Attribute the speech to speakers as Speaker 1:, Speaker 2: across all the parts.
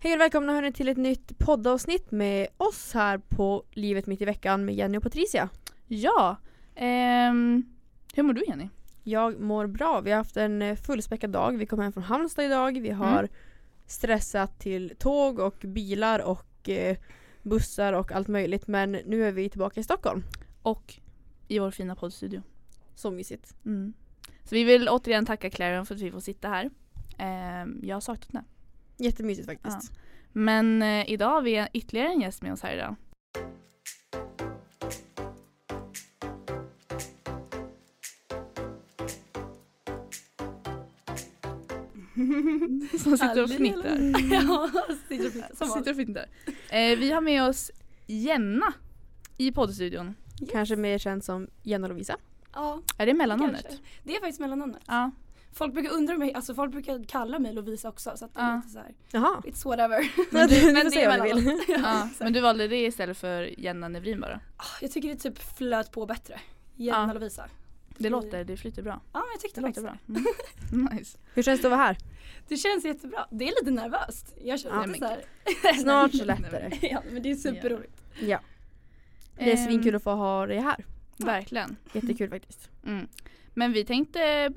Speaker 1: Hej och välkomna hörni till ett nytt poddavsnitt med oss här på Livet mitt i veckan med Jenny och Patricia.
Speaker 2: Ja. ehm, hur mår du Jenny?
Speaker 1: Jag mår bra. Vi har haft en eh, fullspäckad dag. Vi kom hem från Halmstad idag. Vi har stressat till tåg och bilar och eh, bussar och allt möjligt. Men nu är vi tillbaka i Stockholm.
Speaker 2: Och i vår fina poddstudio.
Speaker 1: Så mysigt.
Speaker 2: Mm. Så vi vill återigen tacka Clarion för att vi får sitta här. Ehm, jag har saknat henne.
Speaker 1: Jättemysigt faktiskt.
Speaker 2: Men eh, idag har vi ytterligare en gäst med oss här idag. Som sitter och
Speaker 3: Aldrig
Speaker 2: fnittrar.
Speaker 3: Ja, sitter och fnittrar som
Speaker 2: Sitter
Speaker 3: vanligt.
Speaker 2: och fnittrar. Eh, vi har med oss Jenna i poddstudion.
Speaker 1: Kanske mer känd som Jenna och Lovisa.
Speaker 3: Ja,
Speaker 2: Är det mellannamnet?
Speaker 3: kanske. Det är faktiskt mellannamnet.
Speaker 2: Ja.
Speaker 3: Folk brukar undra mig, alltså folk brukar kalla mig Lovisa också så att det är
Speaker 2: Ja.
Speaker 3: lite så här,
Speaker 1: Jaha.
Speaker 3: it's whatever.
Speaker 1: Men du,
Speaker 3: men
Speaker 1: får
Speaker 3: det
Speaker 1: säga
Speaker 3: är
Speaker 1: vad du vill.
Speaker 2: ja. Men du valde det istället för Jenna Nevrin bara.
Speaker 3: Ah, Jag tycker det typ flöt på bättre. Jenna
Speaker 2: Ja.
Speaker 3: Lovisa.
Speaker 2: Det låter, det flyter bra.
Speaker 3: Ja, men jag tyckte
Speaker 2: Mm. Det
Speaker 3: det faktiskt
Speaker 2: låter
Speaker 3: bra.
Speaker 2: bra. Mm. Nice.
Speaker 1: Hur känns det att vara här?
Speaker 3: Det känns jättebra. Det är lite nervöst. Jag känner
Speaker 1: Ja,
Speaker 3: lite
Speaker 2: men
Speaker 3: så här.
Speaker 1: Snart släpper det.
Speaker 3: ja, men det är superroligt.
Speaker 1: Ja. Det är
Speaker 2: Ehm,
Speaker 1: svinkul att få ha dig här.
Speaker 2: Verkligen.
Speaker 1: Jättekul faktiskt.
Speaker 2: Mm. Men vi tänkte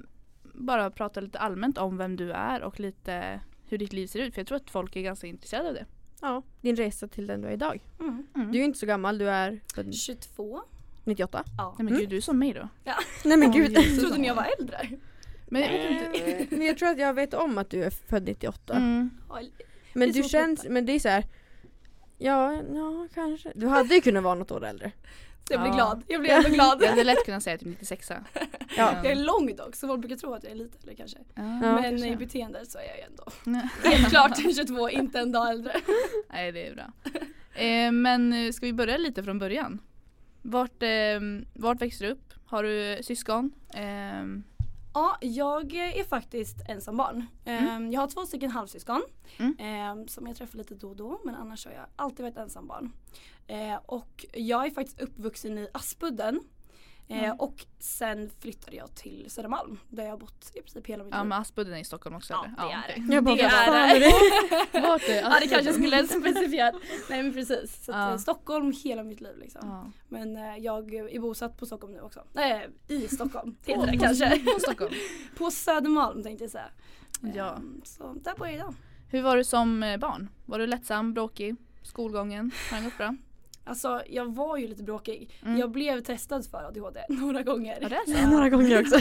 Speaker 2: bara prata lite allmänt om vem du är och lite hur ditt liv ser ut. För jag tror att folk är ganska intresserade av det.
Speaker 1: Ja, din resa till den du är idag.
Speaker 3: Mm.
Speaker 2: Mm.
Speaker 1: Du är ju inte så gammal, du är född
Speaker 3: 22.
Speaker 1: 98.
Speaker 3: Ja.
Speaker 2: Nej men
Speaker 1: Mm.
Speaker 2: gud, du är som mig då.
Speaker 1: Nej men
Speaker 2: Ja,
Speaker 1: gud.
Speaker 2: Jesus.
Speaker 3: Trodde ni jag var äldre?
Speaker 2: Men jag vet inte.
Speaker 1: eh, Men jag tror att jag vet om att du är född 98.
Speaker 2: Mm.
Speaker 3: Ja,
Speaker 1: Men
Speaker 3: det är
Speaker 1: du
Speaker 3: så
Speaker 1: känns,
Speaker 3: fruktansvärt.
Speaker 1: men det är så här. Ja, ja kanske. Du hade ju kunnat vara något år äldre.
Speaker 3: Jag blir
Speaker 2: Ja.
Speaker 3: glad. Jag blir ändå glad.
Speaker 2: Jag hade lätt kunnat säga typ 96
Speaker 1: Ja.
Speaker 3: Jag är lång dock så folk brukar tro att jag är lite äldre kanske.
Speaker 1: Ja,
Speaker 3: men eh, i
Speaker 2: kanske.
Speaker 3: beteende så är jag ju ändå
Speaker 2: Nej.
Speaker 3: helt klart 22, inte en dag äldre.
Speaker 2: Nej det är bra. Eh, men eh, ska vi börja lite från början? Vart, eh, vart växte du upp? Har du syskon? Eh,
Speaker 3: Ja, jag är faktiskt ensam barn. Ehm, Jag har två stycken halvsyskon
Speaker 2: Mm.
Speaker 3: ehm, som jag träffar lite då och då men annars har jag alltid varit ensam barn. Eh, och jag är faktiskt uppvuxen i Aspudden eh,
Speaker 2: Mm.
Speaker 3: och sen flyttade jag till Södermalm där jag har bott i princip hela mitt
Speaker 2: ja
Speaker 3: liv.
Speaker 2: men Aspudden är i Stockholm också
Speaker 3: Ja,
Speaker 2: eller?
Speaker 3: det är
Speaker 2: okej.
Speaker 3: det.
Speaker 1: Jag bara,
Speaker 3: det
Speaker 1: vad fan
Speaker 3: är det.
Speaker 2: Vart är
Speaker 3: ja, det
Speaker 2: Aspudden?
Speaker 3: kanske skulle specifiera. Nej men precis. Så att,
Speaker 2: Ja.
Speaker 3: eh, Stockholm hela mitt liv liksom.
Speaker 2: Ja.
Speaker 3: Men eh, jag är bosatt på Stockholm nu också. Nej, i Stockholm
Speaker 2: På-
Speaker 3: heter det
Speaker 2: på-
Speaker 3: kanske.
Speaker 2: På Stockholm.
Speaker 3: På Södermalm tänkte jag säga.
Speaker 2: Ja.
Speaker 3: Ehm, Så där bor jag idag.
Speaker 2: Hur var du som eh, barn? Var du lättsam, bråkig? Skolgången? Har den gått bra?
Speaker 3: Alltså jag var ju lite bråkig.
Speaker 2: Mm.
Speaker 3: Jag blev testad för ADHD några gånger.
Speaker 2: Ja, det är så.
Speaker 3: Ja.
Speaker 1: Några gånger också.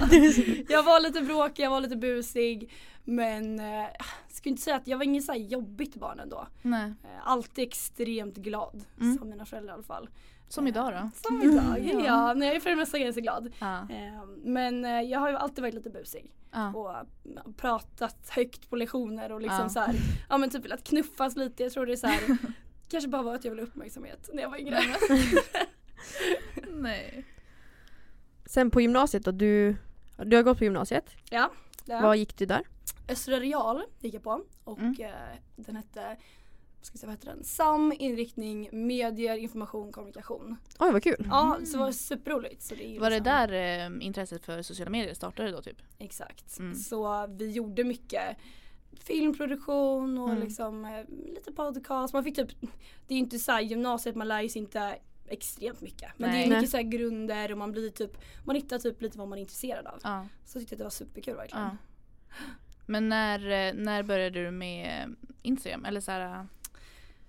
Speaker 3: Jag var lite bråkig, jag var lite busig. Men eh, skulle inte säga att jag var ingen så här jobbigt barn ändå.
Speaker 2: Nej.
Speaker 3: Eh, Alltid extremt glad.
Speaker 2: Mm.
Speaker 3: Som mina föräldrar i alla fall.
Speaker 2: Som
Speaker 3: Eh.
Speaker 2: idag då?
Speaker 3: Som idag.
Speaker 2: Ja.
Speaker 3: ja. nej, jag är för det mesta ganska glad.
Speaker 2: Ja.
Speaker 3: Eh, Men eh, jag har ju alltid varit lite busig.
Speaker 2: Ja.
Speaker 3: och pratat högt på lektioner och liksom
Speaker 2: Ja.
Speaker 3: så här, ja men typ velat knuffas lite. Jag tror det är så här, kanske bara var att jag ville ha uppmärksamhet när jag var yngre.
Speaker 2: Mm. Nej.
Speaker 1: Sen på gymnasiet då, du, du har gått på gymnasiet.
Speaker 3: Ja.
Speaker 1: Vad gick du där?
Speaker 3: Östra Real gick jag på och
Speaker 2: Mm.
Speaker 3: eh, den hette, vad ska jag säga, vad heter den? SAM, inriktning, medier, information, kommunikation.
Speaker 1: Oj vad kul.
Speaker 3: Ja, så det var superroligt. Så det är ju
Speaker 2: Mm. Var det
Speaker 3: liksom-
Speaker 2: där eh, intresset för sociala medier startade då typ?
Speaker 3: Exakt.
Speaker 2: Mm.
Speaker 3: Så vi gjorde mycket filmproduktion och
Speaker 2: Mm.
Speaker 3: liksom eh, lite podcast. Man fick typ, det är ju inte så här gymnasiet, man lär ju sig inte extremt mycket. Men
Speaker 2: Nej.
Speaker 3: det är
Speaker 1: Nej.
Speaker 3: mycket så här grunder och man blir typ, man hittar typ lite vad man är intresserad av.
Speaker 2: Ja.
Speaker 3: Så jag tyckte jag att det var superkul verkligen.
Speaker 2: Ja. Men när, eh, när började du med eh, Instagram? Eller så här, eh,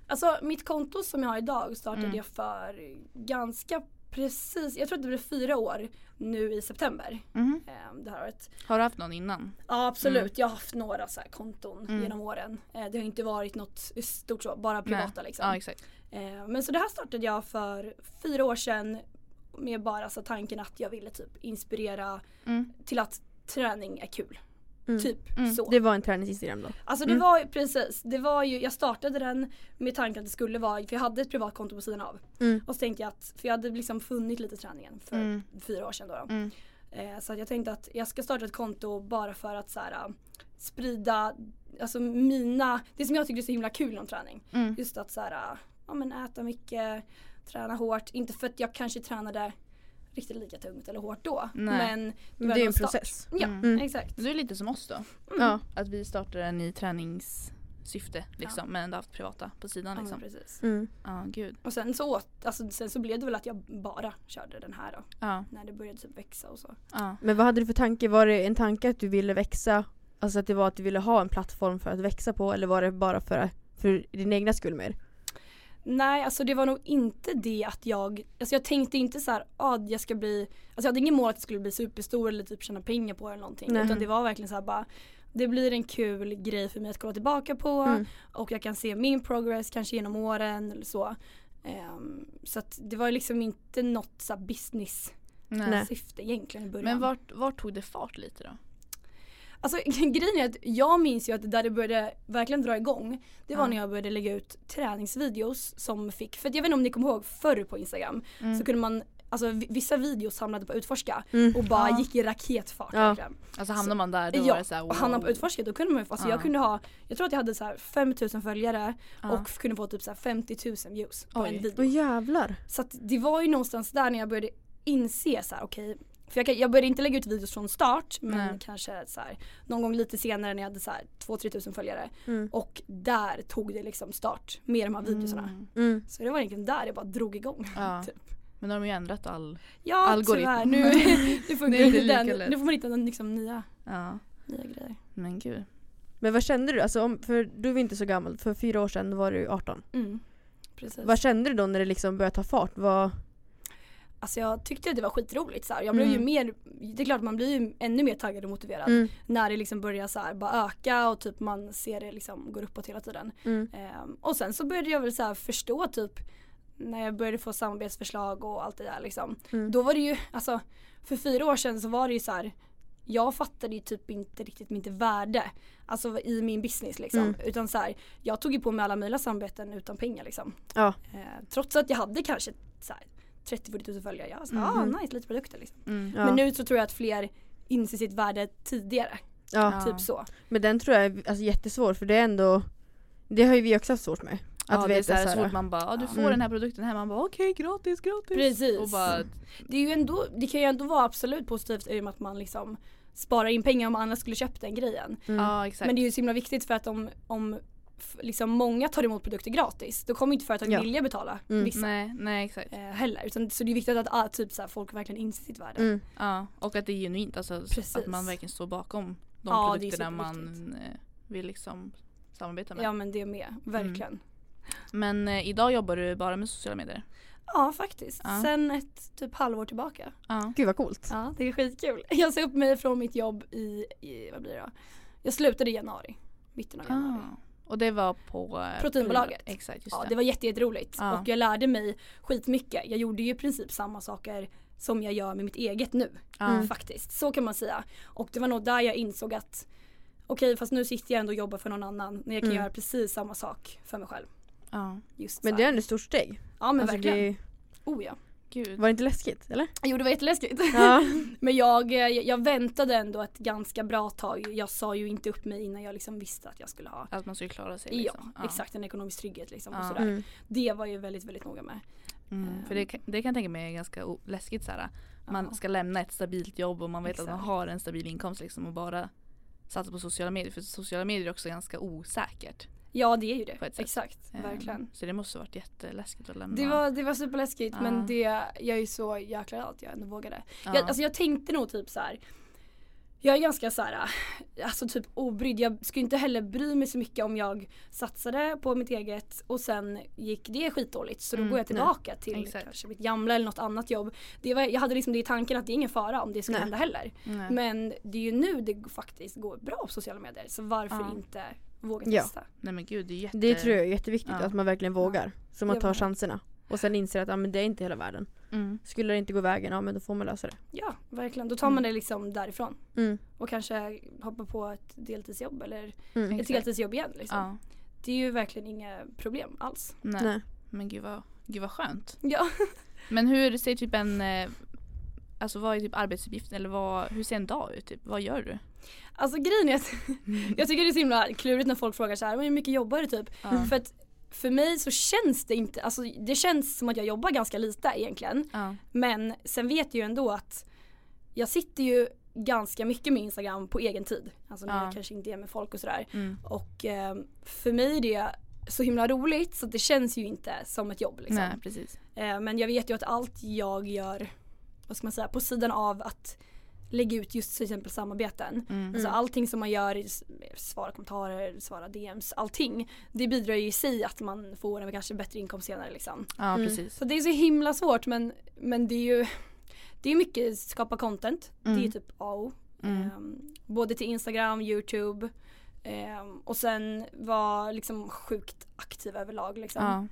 Speaker 3: Alltså mitt konto som jag har idag startade
Speaker 2: Mm.
Speaker 3: jag för ganska precis, jag tror att det blev fyra år nu i september.
Speaker 2: mhm.
Speaker 3: eh, Det här året.
Speaker 2: har du haft någon innan?
Speaker 3: Ja absolut, jag har haft några så här konton
Speaker 2: Mm.
Speaker 3: genom åren. Eh, Det har inte varit något stort så, bara privata liksom.
Speaker 2: Ja exakt.
Speaker 3: Eh, Men så det här startade jag för fyra år sedan med bara så tanken att jag ville typ inspirera
Speaker 2: Mm.
Speaker 3: till att träning är kul.
Speaker 1: Mm.
Speaker 3: Typ
Speaker 2: Mm.
Speaker 3: så.
Speaker 1: Det var en träningsinstagram då.
Speaker 3: Alltså det
Speaker 1: Mm.
Speaker 3: var ju precis, det var ju, jag startade den med tanken att det skulle vara, för jag hade ett privat konto på sidan av.
Speaker 1: Mm.
Speaker 3: Och så tänkte jag att, för jag hade liksom funnit lite träningen för
Speaker 2: Mm.
Speaker 3: fyra år sedan då. då.
Speaker 2: Mm.
Speaker 3: Eh, så att jag tänkte att jag ska starta ett konto bara för att så här, äh, sprida, alltså mina, det som jag tycker är så himla kul om träning.
Speaker 2: Mm.
Speaker 3: Just att så här, äh, ja, men äta mycket, träna hårt. Inte för att jag kanske tränade riktigt lika tungt eller hårt då.
Speaker 2: Nej.
Speaker 3: Men
Speaker 1: Men det är ju en
Speaker 3: start.
Speaker 1: process.
Speaker 3: Ja,
Speaker 2: Mm.
Speaker 1: Mm.
Speaker 3: exakt.
Speaker 2: Du är lite som oss då.
Speaker 1: Ja.
Speaker 2: Att vi startade en ny tränings... syfte liksom, men ändå haft privata på sidan.
Speaker 3: Ja, men
Speaker 2: Liksom.
Speaker 3: precis.
Speaker 1: Mm.
Speaker 2: Ja, gud.
Speaker 3: Och sen så, åt, alltså, sen så blev det väl att jag bara körde den här då.
Speaker 2: Ja,
Speaker 3: När det började typ växa och så.
Speaker 2: ja.
Speaker 1: Men vad hade du för tanke? Var det en tanke att du ville växa? Alltså att det var att du ville ha en plattform för att växa på eller var det bara för, för din egna skull mer?
Speaker 3: Nej, alltså det var nog inte det att jag, alltså jag tänkte inte så här, ah, jag ska bli, alltså jag hade ingen mål att jag skulle bli superstor eller typ tjäna pengar på det eller någonting.
Speaker 1: Nej.
Speaker 3: Utan det var verkligen så här bara, det blir en kul grej för mig att kolla tillbaka på
Speaker 1: Mm.
Speaker 3: och jag kan se min progress kanske genom åren eller så. Ehm, så att det var liksom inte något så här business
Speaker 2: Nej.
Speaker 1: Nej.
Speaker 3: syfte egentligen i början.
Speaker 2: Men vart, vart tog det fart lite då?
Speaker 3: Alltså grejen är att jag minns ju att där det började verkligen dra igång Det var
Speaker 2: Ja.
Speaker 3: när jag började lägga ut träningsvideos som fick, för att jag vet inte om ni kommer ihåg förr på instagram
Speaker 2: Mm.
Speaker 3: så kunde man, alltså vi- vissa videos samlade på utforska
Speaker 1: Mm.
Speaker 3: och bara
Speaker 2: Ja.
Speaker 3: gick i raketfart
Speaker 1: Ja.
Speaker 3: verkligen.
Speaker 2: Alltså hamnar man där då
Speaker 3: Ja,
Speaker 2: var det såhär wow.
Speaker 3: Och hamnade på utforska då kunde man ju, alltså
Speaker 2: Ja.
Speaker 3: jag kunde ha, jag tror att jag hade så här 5000 följare
Speaker 2: Ja.
Speaker 3: och kunde få typ så här 50 000 views på
Speaker 2: Oj.
Speaker 3: en video.
Speaker 1: Åh jävlar.
Speaker 3: Så att det var ju någonstans där när jag började inse så här, okej för jag, kan- jag började inte lägga ut videos från start men
Speaker 2: Nej.
Speaker 3: kanske så här, någon gång lite senare när jag hade så här 2-3 tusen följare.
Speaker 1: Mm.
Speaker 3: Och där tog det liksom start med de här videorna.
Speaker 2: Mm.
Speaker 1: Mm.
Speaker 3: Så det var egentligen där jag bara drog igång.
Speaker 2: Ja.
Speaker 3: Typ.
Speaker 2: Men då har de ju ändrat all...
Speaker 3: Ja
Speaker 2: Algoritm.
Speaker 3: tyvärr nu, nu funkar
Speaker 2: Det är inte
Speaker 3: inte den.
Speaker 2: lika lätt.
Speaker 3: Nu får man hitta den, liksom, nya,
Speaker 2: Ja.
Speaker 3: nya grejer.
Speaker 2: Men gud.
Speaker 1: Men vad kände du? Alltså om, för du var inte så gammal, för fyra år sedan var du 18.
Speaker 3: Mm. Precis.
Speaker 1: Vad kände du då när det liksom började ta fart? Vad,
Speaker 3: Alltså jag tyckte att det var skitroligt så här. Jag blev
Speaker 1: Mm.
Speaker 3: ju mer, det är klart man blir ju ännu mer taggad och motiverad
Speaker 1: mm.
Speaker 3: när det liksom börjar så här bara öka och typ man ser det liksom går uppåt hela tiden.
Speaker 1: Mm.
Speaker 3: Ehm, och sen så började jag väl så här förstå typ när jag började få samarbetsförslag och allt det där liksom.
Speaker 1: Mm.
Speaker 3: Då var det ju, alltså för fyra år sedan så var det ju så här jag fattade ju typ inte riktigt mitt värde alltså i min business liksom.
Speaker 1: Mm.
Speaker 3: Utan så här, jag tog ju på mig alla möjliga samarbeten utan pengar liksom.
Speaker 1: Ja.
Speaker 3: Ehm, trots att jag hade kanske så här 30-40 tusen följare. Jag var så här,
Speaker 1: Mhm.
Speaker 3: ah nice, lite produkter liksom.
Speaker 2: Mm.
Speaker 1: Ja.
Speaker 3: Men nu så tror jag att fler inser sitt värde tidigare.
Speaker 1: ja.
Speaker 2: Ja.
Speaker 3: Typ så.
Speaker 1: Men den tror jag är alltså, jättesvår för det är ändå, det har ju vi också haft svårt med. Att
Speaker 2: ja, det är
Speaker 1: veta
Speaker 2: så, här, så
Speaker 1: här-
Speaker 2: fort man bara ja, du får
Speaker 1: Mm.
Speaker 2: den här produkten här man bara okej gratis gratis.
Speaker 3: Precis. Mm.
Speaker 2: Och bara,
Speaker 3: Det, är ju ändå, det kan ju ändå vara absolut positivt i och med att man liksom sparar in pengar om man annars skulle köpt den grejen.
Speaker 1: Mm.
Speaker 2: Ja exakt.
Speaker 3: Men det är ju så himla viktigt för att om, om f- liksom många tar emot produkter gratis då kommer inte företagen
Speaker 1: Ja.
Speaker 3: vilja betala
Speaker 1: Mm.
Speaker 3: vissa
Speaker 2: Nej, nej exakt.
Speaker 3: eh, heller. Utan, så det är viktigt att ah, typ, så här, folk verkligen inser sitt värde.
Speaker 1: Mm.
Speaker 2: Ja, och att det är genuint alltså
Speaker 3: Precis.
Speaker 2: att man verkligen står bakom de
Speaker 3: Ja, det är
Speaker 2: produkterna man eh, vill liksom samarbeta med.
Speaker 3: Ja men det med, verkligen.
Speaker 2: Men eh, idag jobbar du bara med sociala medier?
Speaker 3: Ja faktiskt.
Speaker 2: Ja.
Speaker 3: Sen ett typ halvår tillbaka.
Speaker 2: Ja.
Speaker 1: Gud vad coolt.
Speaker 3: Ja det är skitkul. Jag sa upp mig från mitt jobb i, i vad blir det då? Jag slutade i januari. Mitten av januari.
Speaker 2: Ah. Och det var på eh,
Speaker 3: Proteinbolaget.
Speaker 2: Exakt, just
Speaker 3: Ja,
Speaker 2: det.
Speaker 3: det var jätte- jätteroligt
Speaker 2: Ja.
Speaker 3: och jag lärde mig skitmycket. Jag gjorde ju i princip samma saker som jag gör med mitt eget nu
Speaker 2: Ja.
Speaker 1: Mm.
Speaker 3: faktiskt. Så kan man säga. Och det var nog där jag insåg att okej fast nu sitter jag ändå och jobbar för någon annan när jag kan
Speaker 1: Mm.
Speaker 3: göra precis samma sak för mig själv.
Speaker 2: ja.
Speaker 3: Just
Speaker 1: Men
Speaker 3: så
Speaker 1: det är
Speaker 3: här.
Speaker 1: ändå ett stort steg.
Speaker 3: Ja men
Speaker 1: Alltså,
Speaker 3: verkligen.
Speaker 1: det,
Speaker 3: Oh ja.
Speaker 2: Gud.
Speaker 1: var det inte läskigt eller?
Speaker 3: Jo det var jätteläskigt.
Speaker 1: Ja.
Speaker 3: men jag, eh, jag väntade ändå ett ganska bra tag. Jag sa ju inte upp mig innan jag liksom visste att jag skulle ha
Speaker 2: Att man skulle klara sig liksom.
Speaker 3: ja, exakt en ekonomisk trygghet liksom och
Speaker 2: Ja.
Speaker 3: sådär.
Speaker 1: Mm.
Speaker 3: Det var ju väldigt väldigt noga med.
Speaker 2: Mm. För det, kan- det kan jag tänka mig är ganska o- läskigt såhär. Man
Speaker 3: Ja.
Speaker 2: ska lämna ett stabilt jobb och man vet att man
Speaker 3: Exakt.
Speaker 2: har en stabil inkomst liksom och bara satsa på sociala medier. För sociala medier är också ganska osäkert.
Speaker 3: Ja det är ju det.
Speaker 2: På ett sätt.
Speaker 3: Exakt,
Speaker 2: Eh,
Speaker 3: verkligen.
Speaker 2: Så det måste varit jätteläskigt att lämna.
Speaker 3: Det var, det var superläskigt
Speaker 2: Ja.
Speaker 3: men det, jag är så jäkla glad att jag ändå vågade.
Speaker 2: ja.
Speaker 3: Jag, alltså jag tänkte nog typ så här. Jag är ganska så här, äh, alltså typ obrydd. Jag skulle inte heller bry mig så mycket om jag satsade på mitt eget och sen gick det skitdåligt så då
Speaker 2: Mm,
Speaker 3: går jag
Speaker 1: nej.
Speaker 3: tillbaka till
Speaker 2: Exakt.
Speaker 3: kanske mitt gamla eller något annat jobb. Det var, jag hade liksom det i tanken att det är ingen fara om det skulle
Speaker 1: Nej.
Speaker 3: hända heller.
Speaker 2: Nej.
Speaker 3: Men det är ju nu det faktiskt går bra på sociala medier så varför
Speaker 2: Ja.
Speaker 3: inte våga
Speaker 1: Ja.
Speaker 3: testa?
Speaker 2: Nej men gud det är jätte...
Speaker 1: Det tror jag är jätteviktigt,
Speaker 2: eh, Ja.
Speaker 1: att man verkligen vågar. Så man
Speaker 3: Ja,
Speaker 1: tar
Speaker 3: verkligen.
Speaker 1: chanserna. Och sen inser att ja, men det är inte hela världen.
Speaker 2: Mm.
Speaker 1: Skulle det inte gå vägen, ja men då får man lösa det.
Speaker 3: Ja verkligen, då tar man det liksom därifrån.
Speaker 1: Mm.
Speaker 3: Och kanske hoppa på ett deltidsjobb eller
Speaker 1: Mm.
Speaker 3: ett
Speaker 2: Exakt.
Speaker 3: heltidsjobb igen. Liksom.
Speaker 2: Ja.
Speaker 3: Det är ju verkligen inga problem alls.
Speaker 2: Nej.
Speaker 1: Nej.
Speaker 2: Men gud vad, gud vad skönt.
Speaker 3: Ja.
Speaker 2: Men hur ser typ en eh, Alltså vad är typ arbetsuppgiften eller vad, hur ser en dag ut? Typ? Vad gör du?
Speaker 3: Alltså grejen är att jag tycker det är så himla klurigt när folk frågar så här, "Men hur mycket jobbar du typ?
Speaker 2: Ja.
Speaker 3: För att för mig så känns det inte, alltså det känns som att jag jobbar ganska lite egentligen.
Speaker 2: Ja.
Speaker 3: Men sen vet jag ju ändå att jag sitter ju ganska mycket med Instagram på egen tid. Alltså när
Speaker 2: Ja.
Speaker 3: jag kanske inte är med folk och sådär.
Speaker 2: Mm.
Speaker 3: Och eh, för mig är det så himla roligt så att det känns ju inte som ett jobb. Liksom.
Speaker 2: Nej precis.
Speaker 3: Eh, men jag vet ju att allt jag gör, vad ska man säga, på sidan av att lägga ut just till exempel samarbeten.
Speaker 2: Mm.
Speaker 3: Alltså
Speaker 1: Mm.
Speaker 3: allting som man gör, s- svara kommentarer, svara DMs, allting. Det bidrar ju i sig att man får en kanske bättre inkomst senare liksom.
Speaker 2: Ja
Speaker 1: Mm.
Speaker 2: precis.
Speaker 3: Så det är så himla svårt men, men det är ju det är mycket skapa content.
Speaker 2: Mm.
Speaker 3: Det är typ A och O.
Speaker 2: Mm.
Speaker 3: Ehm, både till Instagram, Youtube ehm, och sen vara liksom sjukt aktiv överlag. Liksom.
Speaker 2: Ja.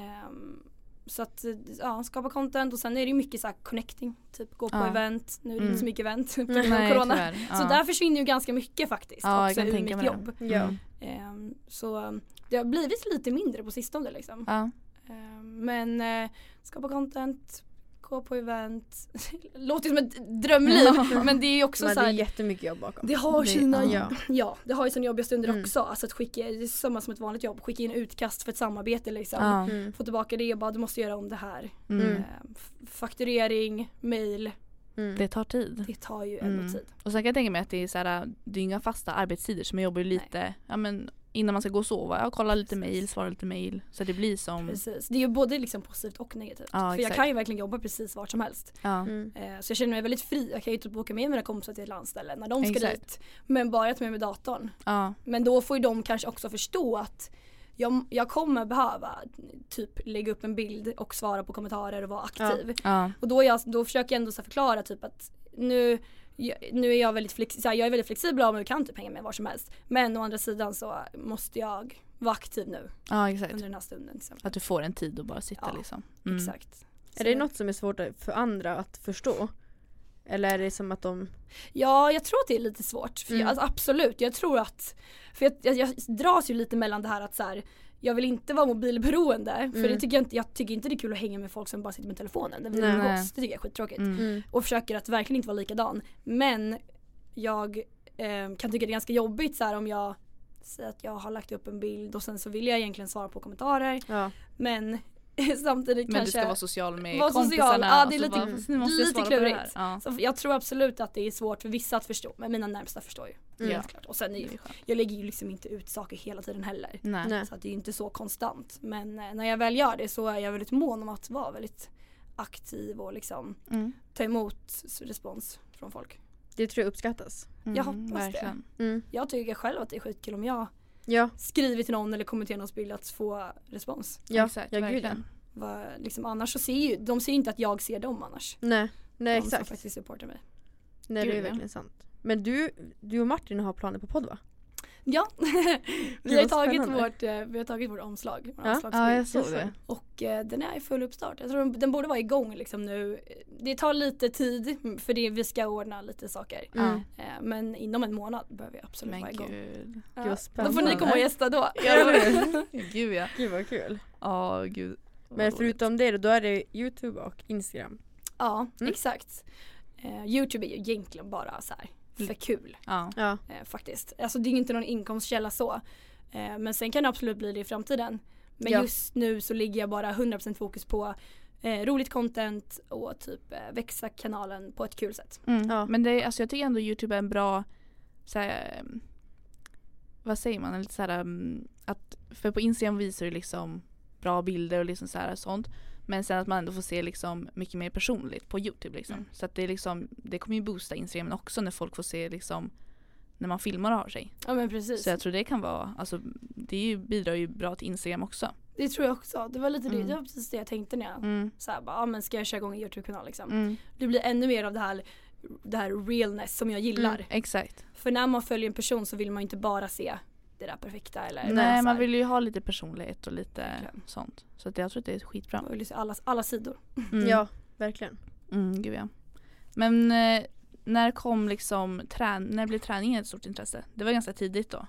Speaker 3: Ehm, så att ja, skapa content och sen är det ju mycket så här connecting. Typ gå på
Speaker 2: Ja.
Speaker 3: event. Nu är det
Speaker 2: Mm.
Speaker 3: inte så mycket event på grund av
Speaker 2: Nej
Speaker 3: corona.
Speaker 2: tyvärr.
Speaker 3: Så
Speaker 2: Ja.
Speaker 3: där försvinner ju ganska mycket faktiskt
Speaker 2: Ja, jag
Speaker 3: också
Speaker 2: kan
Speaker 3: ur
Speaker 2: tänka
Speaker 3: mitt
Speaker 2: mig det.
Speaker 3: jobb.
Speaker 1: Ja.
Speaker 2: Mm.
Speaker 3: Ehm, så um, det har blivit lite mindre på sistone liksom.
Speaker 2: Ja.
Speaker 3: Ehm, men eh, skapa content, gå på event. Låter ju som ett drömliv men det är ju också
Speaker 1: Men det
Speaker 3: så
Speaker 1: är
Speaker 3: här,
Speaker 1: jättemycket jobb bakom.
Speaker 3: det har
Speaker 2: Det-
Speaker 3: sina,
Speaker 1: ja.
Speaker 3: ja. det har ju sina jobbiga stunder
Speaker 1: Mm.
Speaker 3: också. Alltså att skicka, det är samma som ett vanligt jobb, skicka in utkast för ett samarbete liksom.
Speaker 2: Ja.
Speaker 1: Mm.
Speaker 3: Få tillbaka det och bara du måste göra om det här.
Speaker 2: Mm.
Speaker 3: Ehm, f- fakturering, mail,
Speaker 1: Mm.
Speaker 2: Det tar tid.
Speaker 3: det tar ju ändå
Speaker 2: Mm.
Speaker 3: tid.
Speaker 2: Och sen kan jag tänka mig att det är så här, det är inga fasta arbetstider så man jobbar ju lite ja, men innan man ska gå och sova. Jag kollar lite mail, svarar lite mail. Så det blir som,
Speaker 3: Precis. Det är ju både liksom positivt och negativt.
Speaker 2: Ja,
Speaker 3: för jag
Speaker 2: exakt.
Speaker 3: kan ju verkligen jobba precis vart som helst.
Speaker 2: ja,
Speaker 1: Mm.
Speaker 3: Eh, Så jag känner mig väldigt fri. Jag kan ju typ åka med mina kompisar till ett landställe när de ska
Speaker 2: Exakt.
Speaker 3: dit. Men bara att jag tar med mig datorn.
Speaker 2: ja,
Speaker 3: Men då får ju de kanske också förstå att jag, jag kommer behöva typ lägga upp en bild och svara på kommentarer och vara aktiv.
Speaker 2: ja,
Speaker 3: Och då, är jag, då försöker jag ändå så här förklara typ att nu, jag- nu är jag väldigt, flexi- så här, jag är väldigt flexibel av mig och kan typ hänga med var som helst. Men å andra sidan så måste jag vara aktiv nu
Speaker 2: ja exakt.
Speaker 3: under den här stunden. till exempel.
Speaker 2: Att du får en tid att bara sitta
Speaker 3: Mm. Ja,
Speaker 2: liksom. Mm.
Speaker 3: Exakt.
Speaker 1: Är det något som är svårt för andra att förstå? Eller är det som att
Speaker 2: Mm.
Speaker 1: de...
Speaker 3: Ja, jag tror att det är lite svårt. För
Speaker 1: Mm.
Speaker 3: jag, alltså, absolut, jag tror att... För jag, jag, jag dras ju lite mellan det här att så här, jag vill inte vara mobilberoende. För
Speaker 1: Mm.
Speaker 3: det tycker jag, inte, jag tycker inte det är kul att hänga med folk som bara sitter med telefonen. Det, blir
Speaker 1: Nej.
Speaker 3: umgås, det tycker jag är skittråkigt.
Speaker 2: Mm.
Speaker 3: Och försöker att verkligen inte vara likadan. Men jag eh, kan tycka det är ganska jobbigt så här, om jag säger att jag har lagt upp en bild och sen så vill jag egentligen svara på kommentarer.
Speaker 1: Ja.
Speaker 3: Men samtidigt
Speaker 2: Men
Speaker 3: kanske...
Speaker 2: du ska vara social med
Speaker 3: Vara social,
Speaker 2: kompisarna.
Speaker 3: ja,
Speaker 2: och
Speaker 3: det är
Speaker 2: så
Speaker 3: lite-
Speaker 2: bara, "Fast ni måste
Speaker 3: lite
Speaker 2: svara på det här."
Speaker 3: klurigt.
Speaker 2: Ja.
Speaker 3: så jag tror absolut att det är svårt för vissa att förstå. Men mina närmsta förstår ju.
Speaker 1: Mm.
Speaker 2: Ja.
Speaker 3: Helt klart. Och sen är
Speaker 2: Det
Speaker 3: ju
Speaker 2: är ju skönt.
Speaker 3: Jag lägger ju liksom inte ut saker hela tiden heller.
Speaker 2: Nej.
Speaker 1: Nej.
Speaker 3: Så att det är ju inte så konstant. Men eh, när jag väl gör det så är jag väldigt mån om att vara väldigt aktiv och liksom
Speaker 2: Mm.
Speaker 3: ta emot s- respons från folk.
Speaker 1: Det tror jag uppskattas.
Speaker 2: Mm.
Speaker 3: Jag hoppas det.
Speaker 2: verkligen.
Speaker 1: Mm.
Speaker 3: Jag tycker själv att det är skitkul om jag
Speaker 1: Ja,
Speaker 3: skriver till någon eller kommenterar någons bild att få respons.
Speaker 1: ja,
Speaker 2: Exakt,
Speaker 1: ja gud ja.
Speaker 2: verkligen.
Speaker 3: Vad- liksom, annars så ser ju, de ser ju inte att jag ser dem annars.
Speaker 1: Nej, nej
Speaker 3: de som
Speaker 1: exakt.
Speaker 3: faktiskt supportar mig.
Speaker 1: Nej det
Speaker 2: Gud,
Speaker 1: är
Speaker 2: ja.
Speaker 1: verkligen sant. Men du, du och Martin har planer på podd va?
Speaker 3: Ja, vi, har
Speaker 1: vad
Speaker 3: ju tagit
Speaker 1: spännande.
Speaker 3: vårt, eh, vi har tagit vårt omslag. Vår
Speaker 1: Ja.
Speaker 2: Ja,
Speaker 3: omslagsbild.
Speaker 2: jag såg det.
Speaker 3: Och eh, den är i full uppstart. Jag tror den, den borde vara igång liksom nu. Det tar lite tid för det, vi ska ordna lite saker.
Speaker 2: Ja.
Speaker 1: Mm.
Speaker 3: Eh, Men inom en månad behöver vi absolut vara
Speaker 2: Men
Speaker 3: igång.
Speaker 2: gud.
Speaker 3: Ja.
Speaker 1: Gud, vad
Speaker 3: Då får
Speaker 1: spännande.
Speaker 3: ni komma och gästa då.
Speaker 2: gud ja.
Speaker 1: Gud vad kul.
Speaker 2: Ja, gud. vad
Speaker 1: Men
Speaker 2: roligt.
Speaker 1: förutom det då, då är det Youtube och Instagram.
Speaker 3: ja,
Speaker 1: Mm.
Speaker 3: exakt. Eh, Youtube är ju egentligen bara så här för
Speaker 1: Mm.
Speaker 3: kul
Speaker 2: Ja.
Speaker 1: Ja.
Speaker 3: eh, faktiskt. Alltså det är ju inte någon inkomstkälla så. Eh, men sen kan det absolut bli det i framtiden. Men
Speaker 1: Ja.
Speaker 3: just nu så ligger jag bara 100% fokus på eh, roligt content och typ eh, växa kanalen på ett kul sätt.
Speaker 2: Mm.
Speaker 1: Ja.
Speaker 2: Men det, är- alltså, jag tycker ändå Youtube är en bra, så här, ehm, vad säger man, lite så här, ehm, att, för på Instagram visar du liksom bra bilder och liksom så här, sånt. Men sen att man ändå får se liksom mycket mer personligt på Youtube liksom. Så att det, är liksom, det kommer ju boosta Instagram också när folk får se liksom när man filmar och har sig.
Speaker 3: Ja men precis.
Speaker 2: Så jag tror det kan vara, alltså det är ju, bidrar ju bra till Instagram också.
Speaker 3: Det tror jag också. Det var lite
Speaker 2: Mm.
Speaker 3: det, det var precis det jag tänkte när jag
Speaker 2: Mm.
Speaker 3: så här, bara, ah, men ska jag köra igång en Youtube-kanal liksom.
Speaker 2: Mm.
Speaker 3: Det blir ännu mer av det här, det här realness som jag gillar.
Speaker 1: Mm.
Speaker 2: Exakt.
Speaker 3: För när man följer en person så vill man ju inte bara se det där perfekta eller bara så
Speaker 2: Nej
Speaker 3: här,
Speaker 2: man vill ju ha lite personlighet och lite
Speaker 3: Verkligen.
Speaker 2: sånt. Så att jag tror att det är skitbra.
Speaker 3: man vill ju se liksom alla, alla sidor.
Speaker 2: Mm.
Speaker 1: Ja, verkligen.
Speaker 2: Mm, gud ja. Men eh, när kom liksom trän när blev träningen ett stort intresse? Det var ganska tidigt då.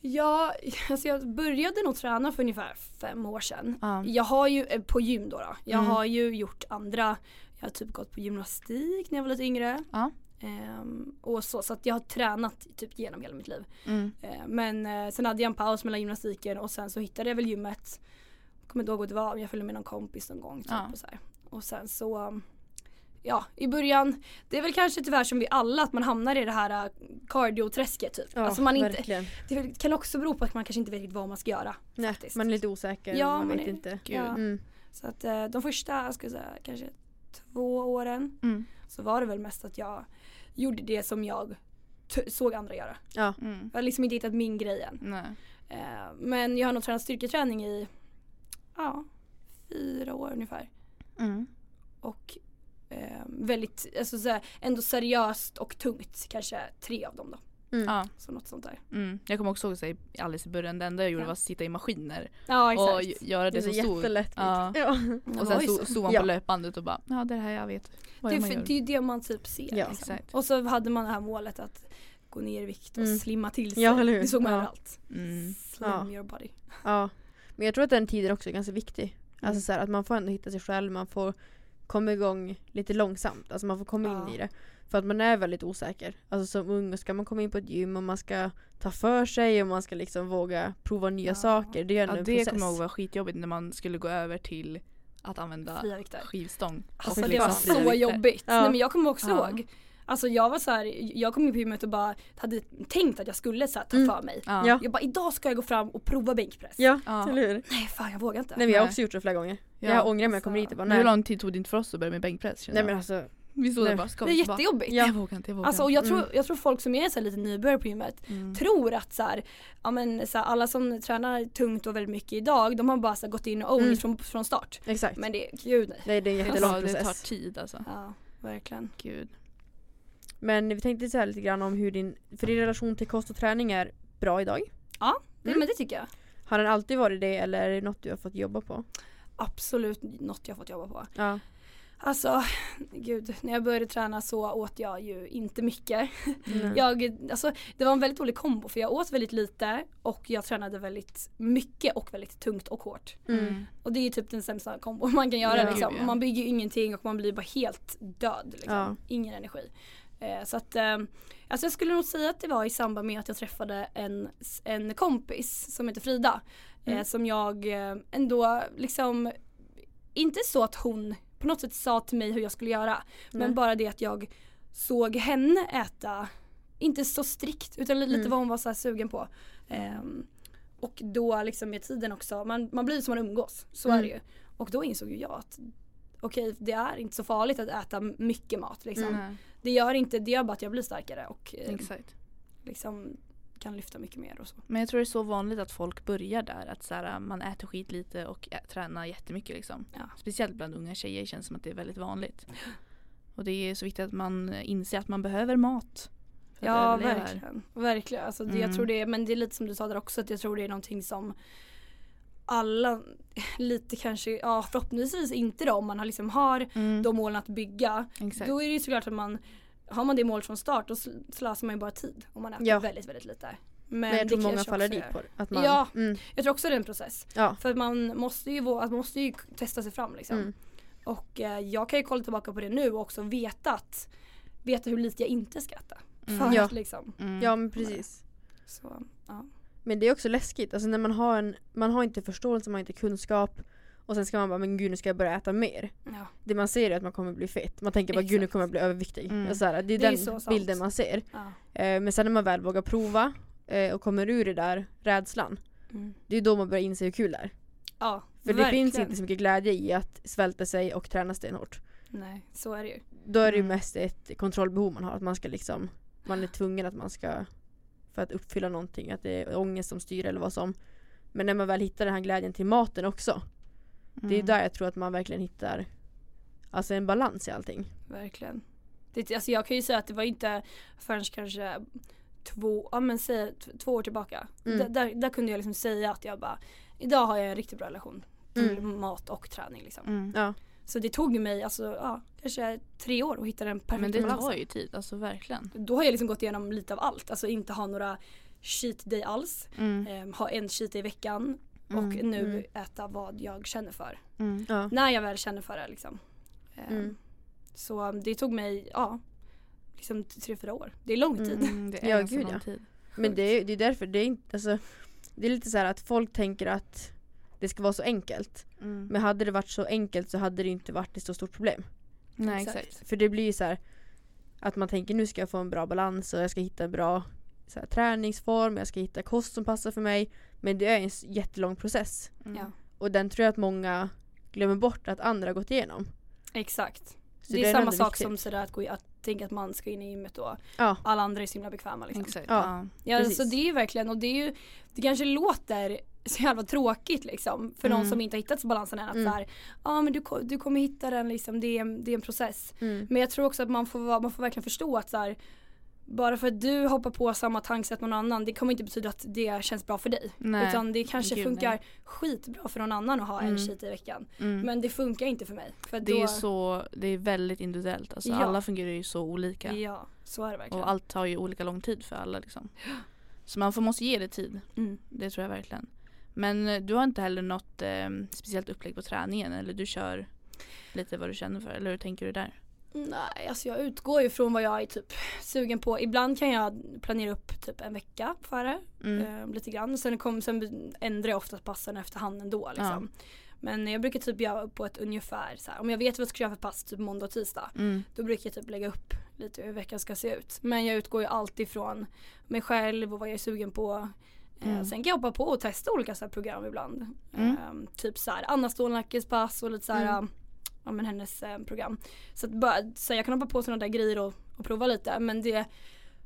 Speaker 3: Ja, alltså jag började nog träna för ungefär fem år sedan.
Speaker 2: Ja.
Speaker 3: Jag har ju, eh, på gym då, då. jag
Speaker 2: Mm.
Speaker 3: har ju gjort andra, jag har typ gått på gymnastik när jag var lite yngre.
Speaker 2: Ja.
Speaker 3: Ehm, och så, så att jag har tränat typ genom hela mitt liv.
Speaker 2: Mm.
Speaker 3: Eh, Men eh, sen hade jag en paus mellan gymnastiken och sen så hittade jag väl gymmet. Kommer inte ihåg vad det var, men jag följde med någon kompis någon gång. Typ,
Speaker 2: Ja.
Speaker 3: och, så här. och sen så um, ja, i början, det är väl kanske tyvärr som vi alla att man hamnar i det här eh, cardio-träsket typ.
Speaker 1: Ja,
Speaker 3: alltså man inte,
Speaker 1: verkligen.
Speaker 3: det kan också bero på att man kanske inte vet riktigt vad man ska göra.
Speaker 1: Nej,
Speaker 3: faktiskt.
Speaker 1: man är lite osäker,
Speaker 3: Ja,
Speaker 1: man
Speaker 3: man
Speaker 1: vet
Speaker 3: är-
Speaker 1: inte.
Speaker 2: Gud.
Speaker 3: Ja.
Speaker 1: Mm.
Speaker 3: Så att eh, de första, ska jag säga, kanske två åren
Speaker 2: Mm.
Speaker 3: så var det väl mest att jag gjorde det som jag t- såg andra göra.
Speaker 1: Ja.
Speaker 2: Mm.
Speaker 3: Jag har liksom inte hittat min grej än.
Speaker 2: Nej.
Speaker 3: Eh, men jag har nog tränat styrketräning i ja, fyra år ungefär.
Speaker 2: Mm.
Speaker 3: Och eh, väldigt, alltså så här, ändå seriöst och tungt kanske tre av dem då.
Speaker 2: Ja.
Speaker 3: Så något sånt där.
Speaker 2: Mm. Jag kommer också ihåg så här, alldeles i början, det enda jag gjorde
Speaker 3: Ja.
Speaker 2: var att sitta i maskiner
Speaker 3: Ja
Speaker 2: och
Speaker 3: exakt.
Speaker 2: gö- göra
Speaker 1: Det
Speaker 2: det
Speaker 1: är
Speaker 2: som stod.
Speaker 1: jättelätt. liksom.
Speaker 2: Ja.
Speaker 1: Ja.
Speaker 3: Det
Speaker 2: Och
Speaker 3: var
Speaker 2: sen
Speaker 3: ju
Speaker 2: stod,
Speaker 3: så.
Speaker 2: stod man
Speaker 1: Ja.
Speaker 2: på löpbandet och bara ja det här jag vet vad
Speaker 3: det,
Speaker 2: man gör.
Speaker 3: är, det är ju det man typ ser.
Speaker 1: Ja.
Speaker 3: liksom.
Speaker 2: Exakt.
Speaker 3: Och så hade man det här målet att gå ner i vikt och
Speaker 1: Mm.
Speaker 3: slimma till sig.
Speaker 1: Ja, eller hur?
Speaker 3: det såg man
Speaker 1: Ja.
Speaker 3: överallt.
Speaker 2: Mm.
Speaker 3: Slim
Speaker 1: Ja.
Speaker 3: your body.
Speaker 1: Ja. Men jag tror att den tiden också är ganska viktig.
Speaker 3: Mm.
Speaker 1: Alltså så här, att man får ändå hitta sig själv, man får komma igång lite långsamt. Alltså man får komma
Speaker 3: Ja.
Speaker 1: in i det. För att man är väldigt osäker. Alltså som ung och ska man komma in på ett gym och man ska ta för sig och man ska liksom våga prova nya
Speaker 3: Ja.
Speaker 1: saker. Det är ju ändå
Speaker 2: Ja,
Speaker 1: en
Speaker 2: det
Speaker 1: process.
Speaker 2: kommer jag ihåg var skitjobbigt när man skulle gå över till att använda
Speaker 3: Fria vikter.
Speaker 2: skivstång.
Speaker 3: Alltså
Speaker 1: Och
Speaker 3: det var
Speaker 1: liksom fria
Speaker 3: så jobbigt.
Speaker 1: Ja.
Speaker 3: Nej, men jag kommer också
Speaker 2: Ja.
Speaker 3: ihåg. Alltså jag var så här, jag kom in på gymmet och bara hade tänkt att jag skulle så här, ta
Speaker 1: Mm.
Speaker 3: för mig.
Speaker 2: Ja.
Speaker 1: Ja.
Speaker 3: Jag bara idag ska jag gå fram och prova bänkpress.
Speaker 1: Ja,
Speaker 2: Ja.
Speaker 1: eller hur?
Speaker 3: Nej fan jag vågar inte.
Speaker 1: Nej men jag har
Speaker 2: Nej.
Speaker 1: också gjort det flera gånger.
Speaker 2: Ja.
Speaker 1: Jag ångrar mig när jag kommer
Speaker 3: Så.
Speaker 1: hit och bara
Speaker 2: Men Hur
Speaker 1: nej.
Speaker 2: lång tid tog det inte för oss att börja med bänkpress? kände
Speaker 1: Nej
Speaker 2: jag?
Speaker 1: men alltså,
Speaker 2: Vi stod där
Speaker 1: nej.
Speaker 2: och bara ska
Speaker 3: det
Speaker 2: vi?
Speaker 3: är
Speaker 2: Så bara,
Speaker 3: jättejobbigt.
Speaker 2: Jag vågar inte, jag vågar
Speaker 3: Alltså, och
Speaker 2: inte.
Speaker 3: jag, tror,
Speaker 1: Mm.
Speaker 3: jag tror folk som är så här, lite nybörjare på gymmet
Speaker 2: Mm.
Speaker 3: tror att så här, ja, men, så här, alla som tränar tungt och väldigt mycket idag de har bara så här, gått in och ownit
Speaker 1: Mm.
Speaker 3: från, från start.
Speaker 1: exakt.
Speaker 3: Men det, gud nej.
Speaker 1: nej det är en
Speaker 2: Alltså,
Speaker 1: jättelång
Speaker 2: det
Speaker 1: process.
Speaker 2: tar tid alltså.
Speaker 3: Ja
Speaker 1: Mm.
Speaker 3: verkligen.
Speaker 2: Gud.
Speaker 1: Men vi tänkte så här lite grann om hur din, för din relation till kost och träning är bra idag.
Speaker 3: Nej,
Speaker 1: Mm.
Speaker 3: Men det tycker jag.
Speaker 1: Har den alltid varit det eller är det något du har fått jobba på?
Speaker 3: Absolut något jag fått jobba på.
Speaker 1: Ja.
Speaker 3: Alltså gud, när jag började träna så åt jag ju inte mycket.
Speaker 1: Mm.
Speaker 3: Jag, alltså, det var en väldigt dålig kombo för jag åt väldigt lite och jag tränade väldigt mycket och väldigt tungt och hårt.
Speaker 1: Mm.
Speaker 3: Och det är ju typ den sämsta kombo man kan göra
Speaker 1: Ja.
Speaker 3: liksom.
Speaker 2: Gud, ja.
Speaker 3: Man bygger ju ingenting och man blir bara helt död. Liksom.
Speaker 1: Ja.
Speaker 3: Ingen energi. Eh, så att, eh, alltså jag skulle nog säga att det var i samband med att jag träffade en, en kompis som heter Frida. Eh,
Speaker 1: Mm.
Speaker 3: som jag eh, ändå liksom, inte så att hon på något sätt sa till mig hur jag skulle göra.
Speaker 1: Nej.
Speaker 3: Men bara det att jag såg henne äta, inte så strikt utan li- lite
Speaker 1: Mm.
Speaker 3: vad hon var så här sugen på. Ehm, och då liksom med tiden också, man, man blir ju som man umgås. Så är det
Speaker 1: Mm.
Speaker 3: ju. Och då insåg ju jag att okej det är inte så farligt att äta m- mycket mat. Liksom.
Speaker 1: Mm.
Speaker 2: Nej,
Speaker 3: Det gör inte, det gör bara att jag blir starkare och eh,
Speaker 2: Exakt.
Speaker 3: liksom kan lyfta mycket mer och så.
Speaker 2: Men jag tror det är så vanligt att folk börjar där. Att så här, äh, man äter skit lite och ä- tränar jättemycket. Liksom.
Speaker 3: Ja.
Speaker 2: Speciellt bland unga tjejer känns det som att det är väldigt vanligt. Och det är så viktigt att man inser att man behöver mat.
Speaker 1: typ,
Speaker 2: för att
Speaker 3: Ja
Speaker 2: överleva.
Speaker 3: verkligen. verkligen. Alltså, det,
Speaker 2: Mm.
Speaker 3: jag tror det är, men det är lite som du sa där också att jag tror det är någonting som alla lite kanske, ja förhoppningsvis inte då om man har, liksom har
Speaker 2: Mm.
Speaker 3: de målen att bygga.
Speaker 2: Exakt.
Speaker 3: Då är det ju såklart att man har man det målet från start då sl- slösar man ju bara tid om man äter
Speaker 1: Ja.
Speaker 3: väldigt väldigt lite.
Speaker 1: Men jag tror
Speaker 3: det
Speaker 1: många
Speaker 3: kanske
Speaker 1: faller
Speaker 3: också
Speaker 1: dit
Speaker 3: är-
Speaker 1: på det. Att man,
Speaker 3: Ja.
Speaker 1: Mm,
Speaker 3: Jag tror också det är en process.
Speaker 1: ja.
Speaker 3: För att man måste ju, vå- att man måste ju testa sig fram liksom.
Speaker 1: Mm.
Speaker 3: Och eh, jag kan ju kolla tillbaka på det nu och också veta, att, veta hur lite jag inte ska äta.
Speaker 2: Mm.
Speaker 3: För
Speaker 1: Ja.
Speaker 3: att liksom.
Speaker 2: Mm.
Speaker 1: ja men precis.
Speaker 3: Så, ja.
Speaker 1: Men det är också läskigt, alltså när man har, en, man har inte förståelse, man har inte kunskap och sen ska man bara men gud nu ska jag börja äta mer.
Speaker 3: ja.
Speaker 1: Det man ser är att man kommer bli fet. Man tänker bara gud nu
Speaker 3: Exakt.
Speaker 1: kommer jag bli överviktig.
Speaker 2: Mm.
Speaker 1: Och Så här, det är
Speaker 3: Det är
Speaker 1: den
Speaker 3: så sant.
Speaker 1: bilden man ser.
Speaker 3: ja.
Speaker 1: Eh, men sen när man väl vågar prova eh, och kommer ur det där rädslan.
Speaker 3: Mm.
Speaker 1: Det är då man börjar inse hur kul det är.
Speaker 3: ja
Speaker 1: För det
Speaker 3: verkligen.
Speaker 1: finns inte så mycket glädje i att svälta sig och träna stenhårt.
Speaker 3: Nej, så är det ju.
Speaker 1: Då är det ju
Speaker 2: Mm.
Speaker 1: mest ett kontrollbehov man har. Att man ska liksom, man är tvungen att man ska, för att uppfylla någonting, att det är ångest som styr eller vad som. Men när man väl hittar den här glädjen till maten också. Det är
Speaker 2: Mm.
Speaker 1: där jag tror att man verkligen hittar Alltså en balans i allting.
Speaker 3: Verkligen. Det, alltså jag kan ju säga att det var inte förrän kanske två, ja men säg t- två år tillbaka.
Speaker 1: Mm.
Speaker 3: Där- Där, där kunde jag liksom säga att jag bara, idag har jag en riktigt bra relation till mat och träning liksom.
Speaker 2: Mm.
Speaker 1: Ja.
Speaker 3: Så det tog mig alltså, ja, kanske tre år att hitta den
Speaker 2: Men
Speaker 3: perfekta
Speaker 2: det tar
Speaker 3: balansen.
Speaker 2: ju tid, alltså verkligen.
Speaker 3: Då har jag liksom gått igenom lite av allt, alltså inte ha några cheat day alls,
Speaker 2: Mm.
Speaker 3: ehm, ha en cheat day i veckan och
Speaker 2: Mm.
Speaker 3: nu
Speaker 1: Mm.
Speaker 3: äta vad jag känner för.
Speaker 2: Mm.
Speaker 1: Ja.
Speaker 3: När jag väl känner för det liksom. Ehm,
Speaker 1: Mm.
Speaker 3: Så det tog mig, ja, liksom t- tre, fyra år. Det är lång tid.
Speaker 2: Mm, det är
Speaker 1: Ja,
Speaker 2: ganska
Speaker 1: gud,
Speaker 2: lång
Speaker 1: ja.
Speaker 2: tid.
Speaker 1: Men det är, det är därför det är inte, alltså, Det är lite så här att folk tänker att det ska vara så enkelt.
Speaker 2: Mm.
Speaker 1: Men hade det varit så enkelt så hade det inte varit ett så stort problem.
Speaker 2: Nej
Speaker 3: Exakt.
Speaker 2: exakt.
Speaker 1: Typ. För det blir ju så här att man tänker nu ska jag få en bra balans och jag ska hitta en bra så här, träningsform, jag ska hitta kost som passar för mig. Men det är en s- jättelång process.
Speaker 2: Mm.
Speaker 3: Ja.
Speaker 1: Och den tror jag att många glömmer bort att andra har gått igenom.
Speaker 3: Exakt.
Speaker 1: Så
Speaker 3: det är, samma
Speaker 1: ändå
Speaker 3: sak
Speaker 1: viktigt.
Speaker 3: som sådär att, gå i, att tänka att man ska in i gymmet och
Speaker 1: Ja.
Speaker 3: alla andra är så himla bekväma. Liksom.
Speaker 2: Exakt.
Speaker 1: Ja.
Speaker 2: Ja.
Speaker 3: Ja,
Speaker 1: Precis.
Speaker 3: så det är ju verkligen, och det är ju, det kanske låter så jävla tråkigt liksom för någon
Speaker 2: Mm.
Speaker 3: som inte har hittat balansen än att
Speaker 1: Mm.
Speaker 3: så här, ja men du, ko- du kommer hitta den liksom, det är, en- det är en process.
Speaker 1: Mm.
Speaker 3: Men jag tror också att man får, vara- man får verkligen förstå att så här, bara för att du hoppar på samma tankesätt med någon annan det kommer inte betyda att det känns bra för dig.
Speaker 2: Nej.
Speaker 3: Utan det kanske
Speaker 2: Gud, nej.
Speaker 3: funkar skitbra för någon annan att ha
Speaker 1: Mm.
Speaker 3: en cheat i veckan.
Speaker 2: Mm.
Speaker 3: Men det funkar inte för mig. För att
Speaker 2: det
Speaker 3: då,
Speaker 2: är så, det är väldigt individuellt. Alltså,
Speaker 3: Ja.
Speaker 2: Alla fungerar ju så olika.
Speaker 3: Ja, så är det verkligen.
Speaker 2: Och allt tar ju olika lång tid för alla liksom. Så man får, måste ge det tid.
Speaker 3: Mm.
Speaker 2: Det tror jag verkligen. Men eh, du har inte heller något eh, speciellt upplägg på träningen eller du kör lite vad du känner för eller hur tänker du där?
Speaker 3: Nej, alltså jag utgår ju från vad jag är typ sugen på. Ibland kan jag planera upp typ en vecka före,
Speaker 2: Mm.
Speaker 3: eh, lite grann. Sen, kom, sen ändrar jag oftast passen efterhand ändå liksom. Men jag brukar typ göra på ett ungefär så här. Om jag vet vad jag ska köra för pass typ måndag och tisdag.
Speaker 2: Mm.
Speaker 3: Då brukar jag typ lägga upp lite hur veckan ska se ut. Men jag utgår ju alltid från mig själv och vad jag är sugen på. Eh,
Speaker 2: Mm.
Speaker 3: Sen kan jag hoppa på och testa olika så här program ibland.
Speaker 2: Mm.
Speaker 3: Eh, typ så här Anna Stålnackes pass och lite så här, eh, ja, men hennes eh, program. Så, att bara, så jag kan hoppa på sådana där grejer och, och prova lite. Men det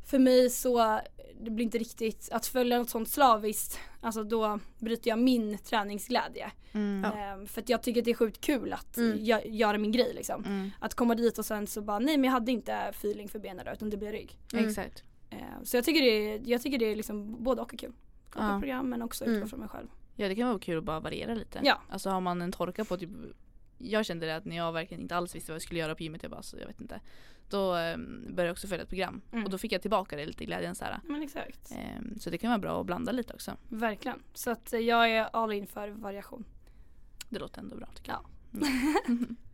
Speaker 3: för mig så det blir inte riktigt att följa något sånt slaviskt. Alltså då bryter jag min träningsglädje.
Speaker 2: Mm.
Speaker 3: Eh, för att jag tycker att det är sjukt kul att
Speaker 1: Mm.
Speaker 3: gö- göra min grej liksom.
Speaker 2: Mm.
Speaker 3: Att komma dit och sen så bara nej men jag hade inte feeling för benen då, utan det blev rygg.
Speaker 1: Mm.
Speaker 2: Exakt.
Speaker 3: Eh, så jag tycker det är, jag tycker det är liksom både och är kul. Kolla
Speaker 2: Ja.
Speaker 3: på program men också utgå
Speaker 1: Mm.
Speaker 3: från mig själv.
Speaker 2: Ja det kan vara kul att bara variera lite.
Speaker 3: Ja.
Speaker 2: Alltså har man en torka på typ jag kände det att när jag verkligen inte alls visste vad jag skulle göra på gymmet, jag bara så jag vet inte. Då eh, började jag också följa ett program
Speaker 3: Mm.
Speaker 2: och då fick jag tillbaka det lite i glädjen så här.
Speaker 3: Ja, Men exakt.
Speaker 2: Ehm, Så det kan vara bra att blanda lite också.
Speaker 3: Verkligen. Så att eh, jag är all in för variation.
Speaker 2: Det låter ändå bra tycker jag.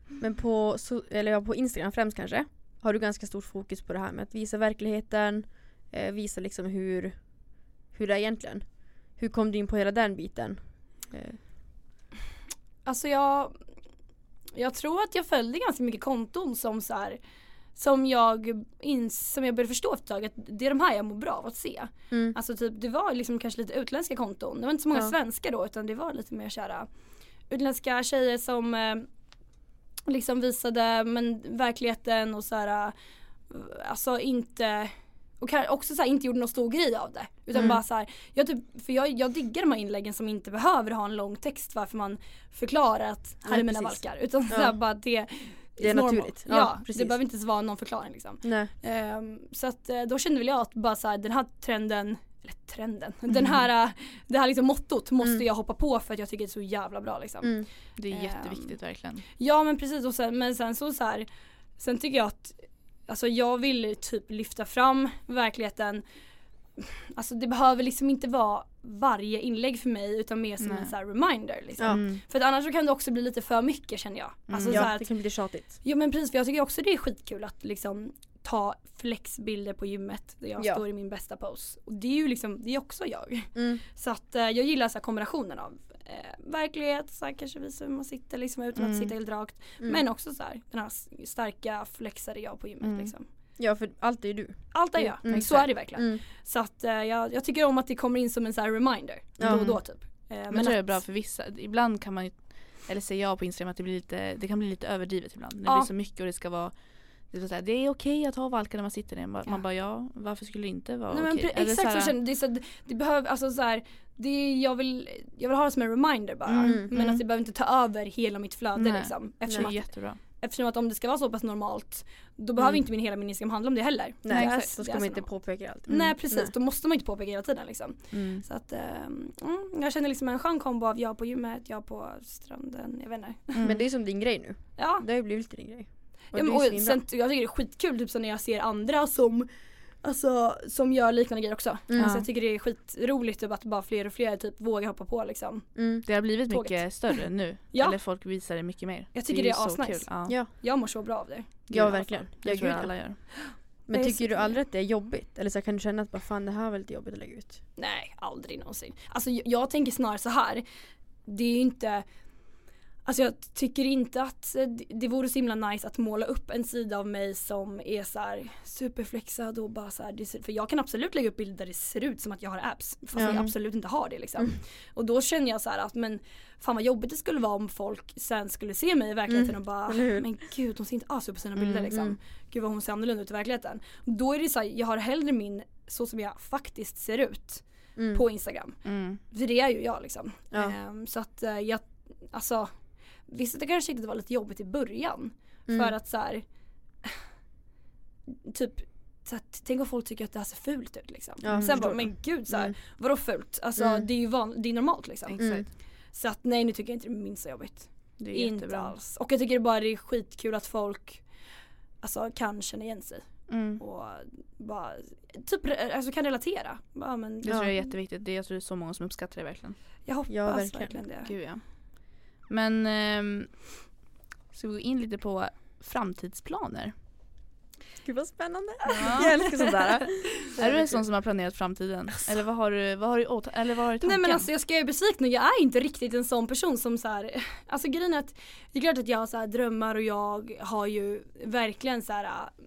Speaker 1: Men på, so- eller ja, på Instagram främst kanske har du ganska stort fokus på det här med att visa verkligheten, eh, visa liksom hur, hur det är egentligen. Hur kom du in på hela den biten? Eh,
Speaker 3: Alltså jag, jag tror att jag följde ganska mycket konton som så här som jag, ins- som jag började förstå efter ett tag att det är de här jag mår bra av att se.
Speaker 1: mm.
Speaker 3: Alltså typ det var liksom kanske lite utländska konton. Det var inte så många
Speaker 1: Ja.
Speaker 3: svenska då utan det var lite mer kära utländska tjejer som eh, liksom visade men, verkligheten och så här eh, alltså inte och kan- också så här, inte gjorde någon stor grej av det. Utan
Speaker 1: Mm.
Speaker 3: bara så här, jag typ, för jag, jag diggar de här inläggen som inte behöver ha en lång text varför man förklarar att här
Speaker 1: Nej,
Speaker 3: är mina
Speaker 1: precis.
Speaker 3: valkar. Utan så
Speaker 1: Ja.
Speaker 3: här, bara det,
Speaker 1: Det är
Speaker 3: it's normal.
Speaker 1: naturligt. Ja,
Speaker 3: Ja,
Speaker 1: precis.
Speaker 3: det behöver inte ens vara någon förklaring liksom.
Speaker 1: Nej.
Speaker 3: Ehm, så att eh, då kände väl jag att bara så här, den här trenden, eller trenden, den här, eh, det här liksom mottot måste
Speaker 1: Mm.
Speaker 3: jag hoppa på för att jag tycker det är så jävla bra liksom.
Speaker 1: Mm.
Speaker 2: Det är
Speaker 3: Ehm.
Speaker 2: jätteviktigt verkligen.
Speaker 3: Ja men precis och sen, men sen så, så här, sen tycker jag att alltså jag vill typ lyfta fram verkligheten. Alltså det behöver liksom inte vara varje inlägg för mig utan mer som
Speaker 2: Nej.
Speaker 3: en så här reminder liksom.
Speaker 1: Ja. Mm,
Speaker 2: Mm.
Speaker 3: För att annars så kan det också bli lite för mycket känner jag. Alltså så
Speaker 1: Ja,
Speaker 3: här,
Speaker 1: det
Speaker 3: att
Speaker 1: kan bli lite tjatigt.
Speaker 3: Jo men precis för jag tycker också det är skitkul att liksom ta flexbilder på gymmet där jag
Speaker 1: Ja.
Speaker 3: står i min bästa pose. Och det är ju liksom, det är också jag.
Speaker 1: Mm.
Speaker 3: Så att eh, jag gillar så här kombinationen av eh, verklighet, så här, kanske visa hur man sitter liksom utan att
Speaker 2: Mm.
Speaker 3: sitta helt rakt.
Speaker 1: Mm.
Speaker 3: Men också så här, den här s- starka flexade jag på gymmet
Speaker 2: Mm.
Speaker 3: liksom.
Speaker 1: Ja, för allt är ju du.
Speaker 3: Allt är jag,
Speaker 1: Mm,
Speaker 3: så är det verkligen.
Speaker 1: Mm.
Speaker 3: Så att eh, jag, jag tycker om att det kommer in som en så här reminder
Speaker 1: Ja.
Speaker 3: då och då typ. Eh,
Speaker 2: Men, jag tror det är
Speaker 3: att-
Speaker 2: bra för vissa. Ibland kan man ju, eller säger jag på Instagram att det, blir lite, det kan bli lite överdrivet ibland. Det
Speaker 3: Ja.
Speaker 2: blir så mycket och det ska vara det är, så här, det är okej att ha valkar när man sitter ner. Man,
Speaker 3: Ja.
Speaker 2: man bara ja, varför skulle det inte vara
Speaker 3: Nej, men
Speaker 2: okej?
Speaker 3: pre-
Speaker 2: Eller
Speaker 3: exakt så,
Speaker 2: här,
Speaker 3: jag känner det, är så, det, det behöver, alltså så här, det är, jag, vill, jag vill ha det som en reminder bara.
Speaker 1: Mm,
Speaker 3: men
Speaker 2: mm.
Speaker 3: att det behöver inte ta över hela mitt flöde
Speaker 2: Nej.
Speaker 3: liksom.
Speaker 2: Det
Speaker 3: Eftersom
Speaker 2: är
Speaker 3: att,
Speaker 2: jättebra.
Speaker 3: eftersom att om det ska vara så pass normalt då behöver
Speaker 1: Mm.
Speaker 3: inte min hela min Instagram handla om det heller.
Speaker 1: Nej,
Speaker 3: det är-
Speaker 1: exakt. Alltså, mm. Då
Speaker 3: det
Speaker 1: ska
Speaker 3: är
Speaker 1: man
Speaker 3: så
Speaker 1: inte
Speaker 3: normalt.
Speaker 1: påpeka allt.
Speaker 3: Nej precis,
Speaker 1: Nej.
Speaker 3: då måste man inte påpeka hela tiden liksom.
Speaker 2: Mm.
Speaker 3: Så att, ehm, mm, jag känner liksom en skön kombo av jag på gymmet, jag på stranden, jag vet inte.
Speaker 1: Men det är som din grej nu.
Speaker 3: Ja.
Speaker 1: Det har ju blivit din grej.
Speaker 3: Ah. Ja, men, och sen, jag tycker det är skitkul typ, så när jag ser andra som, alltså, som gör liknande grejer också.
Speaker 1: Mm.
Speaker 3: Alltså,
Speaker 2: Ja.
Speaker 3: jag tycker det är skitroligt typ, att bara fler och fler typ, vågar hoppa på. Liksom.
Speaker 1: mm.
Speaker 2: det har blivit
Speaker 3: Tåget.
Speaker 2: mycket större nu.
Speaker 3: Ja.
Speaker 2: Eller folk visar det mycket mer.
Speaker 3: Jag tycker
Speaker 2: ju
Speaker 3: det är
Speaker 2: så
Speaker 3: asnice.
Speaker 2: kul. Ja,
Speaker 1: Ja.
Speaker 3: Jag mår så bra av det.
Speaker 1: ja, verkligen.
Speaker 2: Det
Speaker 1: Ja,
Speaker 2: tror
Speaker 1: gud,
Speaker 2: jag
Speaker 1: ja.
Speaker 2: alla gör.
Speaker 1: Men
Speaker 3: Det är
Speaker 1: tycker du
Speaker 3: så-
Speaker 1: aldrig att det är jobbigt? Eller så här, kan du känna att bara, fan det här var lite jobbigt att lägga ut?
Speaker 3: Nej, aldrig någonsin. Alltså, jag, jag tänker snarare så här. Det är ju inte Alltså jag tycker inte att eh, det- det vore så himla nice att måla upp en sida av mig som är så här superflexad och bara så här, det ser, för jag kan absolut lägga upp bilder där det ser ut som att jag har abs fast
Speaker 1: Mm.
Speaker 3: jag absolut inte har det liksom.
Speaker 1: Mm.
Speaker 3: Och då känner jag så här att men fan vad jobbigt det skulle vara om folk sen skulle se mig i verkligheten
Speaker 1: Mm.
Speaker 3: och bara
Speaker 1: Eller hur?
Speaker 3: men gud hon ser inte alls ut på sina
Speaker 2: Mm.
Speaker 3: bilder liksom.
Speaker 1: Mm.
Speaker 3: Gud vad hon ser annorlunda ut i verkligheten. Då är det så här, jag har hellre min så som jag faktiskt ser ut
Speaker 1: Mm.
Speaker 3: på Instagram.
Speaker 2: Mm.
Speaker 3: För det är ju jag liksom.
Speaker 1: Ja.
Speaker 3: Ehm, så att eh, jag, alltså visst det kanske inte var lite jobbigt i början.
Speaker 1: Mm.
Speaker 3: För att så här, typ så här, tänk om folk tycker att det här ser fult ut liksom.
Speaker 1: Ja, jag
Speaker 3: Sen
Speaker 1: förstår.
Speaker 3: bara, men gud så här,
Speaker 1: Mm.
Speaker 3: vadå fult? Alltså
Speaker 1: Mm.
Speaker 3: det är ju van, det är normalt liksom.
Speaker 1: Mm.
Speaker 2: Exakt.
Speaker 3: Så att nej nu tycker jag inte det är minst så jobbigt.
Speaker 2: Det är
Speaker 3: Inte
Speaker 2: jättebra.
Speaker 3: alls. Och jag tycker bara det är skitkul att folk alltså, kan känna igen sig
Speaker 2: Mm.
Speaker 3: och bara typ re- alltså, kan relatera. Bara, men,
Speaker 2: Det tror jag är jätteviktigt. Det, jag tror det är så många som uppskattar det verkligen.
Speaker 3: Jag hoppas
Speaker 1: Ja, verkligen.
Speaker 3: verkligen. det.
Speaker 2: Gud ja. Men ehm, ska vi gå in lite på framtidsplaner?
Speaker 1: Gud vad spännande.
Speaker 2: Ja.
Speaker 1: Jag älskar sånt där.
Speaker 2: Är du en sån som har planerat framtiden? Eller vad har du, vad har du, åt, eller vad har du i tanken?
Speaker 3: Alltså. Nej men alltså jag ska ju besvikna, jag är inte riktigt en sån person som så här. Alltså grejen är att det är klart att jag har så här drömmar och jag har ju verkligen så här äh,